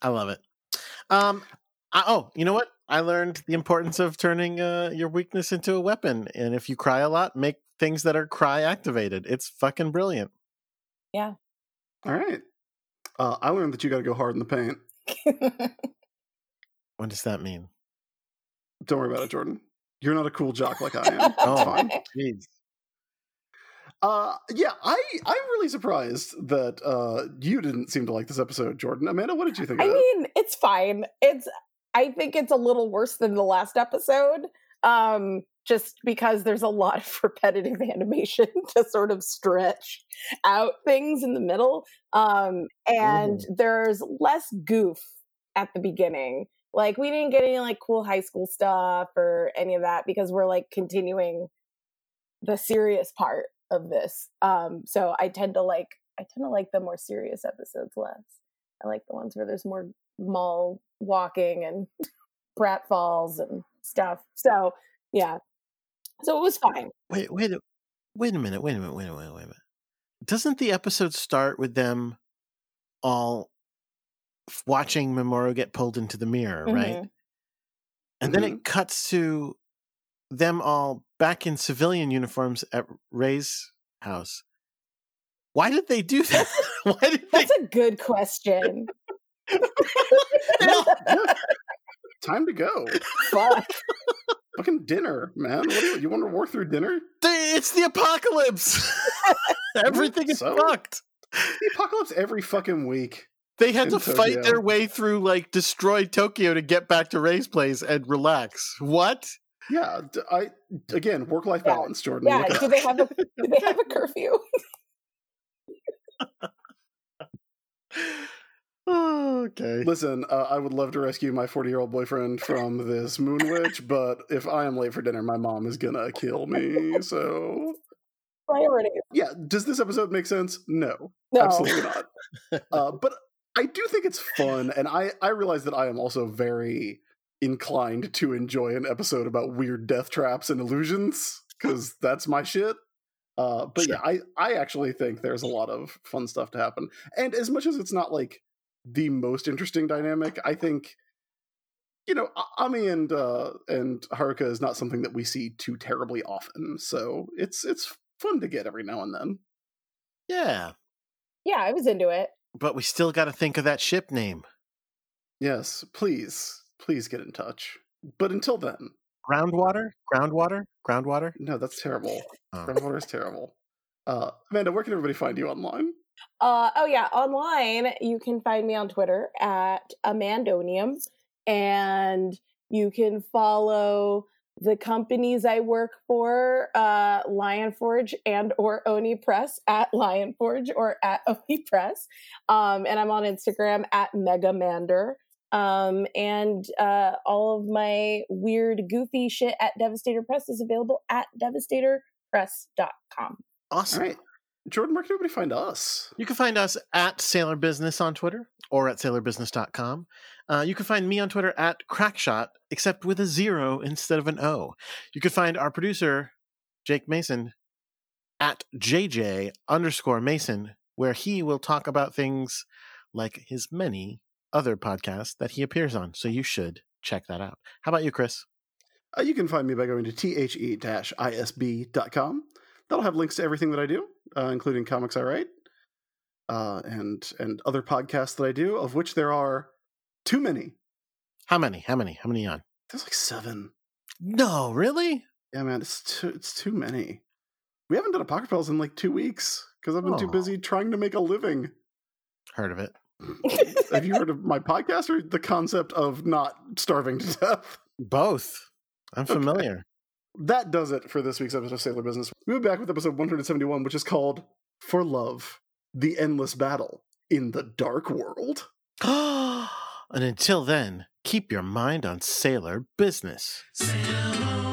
S2: I love it. Um, I, oh, you know what? I learned the importance of turning uh, your weakness into a weapon, and if you cry a lot, make things that are cry activated. It's fucking brilliant.
S3: All right. Uh, I learned that you got to go hard in the paint.
S2: What does that mean?
S3: Don't worry about it, Jordan. You're not a cool jock like I am. It's
S2: Oh.
S3: fine.
S2: Jeez.
S3: Uh, yeah, I I'm really surprised that uh you didn't seem to like this episode, Jordan. Amanda, what did you think?
S4: I
S3: of it?
S4: mean, it's fine. It's I think it's a little worse than the last episode. Um just because there's a lot of repetitive animation to sort of stretch out things in the middle. Um and there's less goof at the beginning. Like we didn't get any like cool high school stuff or any of that because we're like continuing the serious part of this. Um so I tend to like I tend to like the more serious episodes less. I like the ones where there's more mall walking and brat falls and stuff. So yeah. So it was fine.
S2: Wait, wait, a- wait a minute. Wait a minute. Wait a minute. Wait a minute. Doesn't the episode start with them all f- watching Memoro get pulled into the mirror, right? And then it cuts to them all back in civilian uniforms at Ray's house. Why did they do that? Why did they?
S4: That's a good question.
S2: No.
S3: Time to go.
S4: Fuck.
S3: Fucking dinner, man. What do you, you want to work through dinner?
S2: They- It's the apocalypse. Everything is
S3: So?
S2: fucked.
S3: The apocalypse every fucking week.
S2: They had
S3: In
S2: to fight
S3: Tokyo.
S2: their way through like destroyed Tokyo to get back to Ray's place and relax. What?
S3: Yeah, d- I again work life
S4: Yeah.
S3: balance, Jordan.
S4: Yeah.
S3: Look at
S4: Do they have a do they have a curfew?
S2: okay.
S3: Listen, uh, I would love to rescue my 40 year old boyfriend from this moon witch, but if I am late for dinner, my mom is gonna kill me. So,
S4: Priorities.
S3: yeah, does this episode make sense? No,
S4: No.
S3: absolutely not. Uh, but I do think it's fun, and I, I realize that I am also very inclined to enjoy an episode about weird death traps and illusions, because that's my shit. Uh, but yeah, I, I actually think there's a lot of fun stuff to happen. And as much as it's not like the most interesting dynamic, I think you know A- Ami and uh, and Haruka is not something that we see too terribly often, so it's it's fun to get every now and then.
S2: Yeah.
S4: Yeah, I was into it.
S2: But we still got to think of that ship name.
S3: Yes, please, please get in touch. But until then,
S2: Groundwater? Groundwater? Groundwater?
S3: no, that's terrible.
S2: Oh.
S3: Groundwater is terrible. Uh, Amanda, where can everybody find you online?
S4: Uh, oh yeah, online you can find me on Twitter at Amandonium, and you can follow the companies I work for, uh, Lion Forge and or Oni Press at Lion Forge or at Oni Press, um, and I'm on Instagram at Megamander, um, and uh, all of my weird, goofy shit at Devastator Press is available at devastatorpress.com.
S3: All
S2: Awesome.
S3: right, Jordan, where can everybody find us?
S2: You can find us at Sailor Business on Twitter or at sailorbusiness.com. Uh, you can find me on Twitter at Crackshot, except with a zero instead of an O. You can find our producer, Jake Mason, at JJ underscore Mason, where he will talk about things like his many other podcasts that he appears on. So you should check that out. How about you, Chris?
S3: Uh, you can find me by going to the-isb.com. That'll have links to everything that I do, uh, including comics I write, uh, and and other podcasts that I do, of which there are too many.
S2: How many? How many? How many on?
S3: There's like seven.
S2: No, really?
S3: Yeah, man, it's too, it's too many. We haven't done Apocalypse Pals in like two weeks because I've been too
S2: Oh.
S3: busy trying to make a living.
S2: Heard of it.
S3: Have you heard of my podcast or the concept of not starving to death?
S2: Both. I'm
S3: Okay.
S2: familiar.
S3: That does it for this week's episode of Sailor Business. We'll be back with episode 171, which is called For Love The Endless Battle in the Dark World.
S2: and until then, keep your mind on sailor business.
S1: Sail on.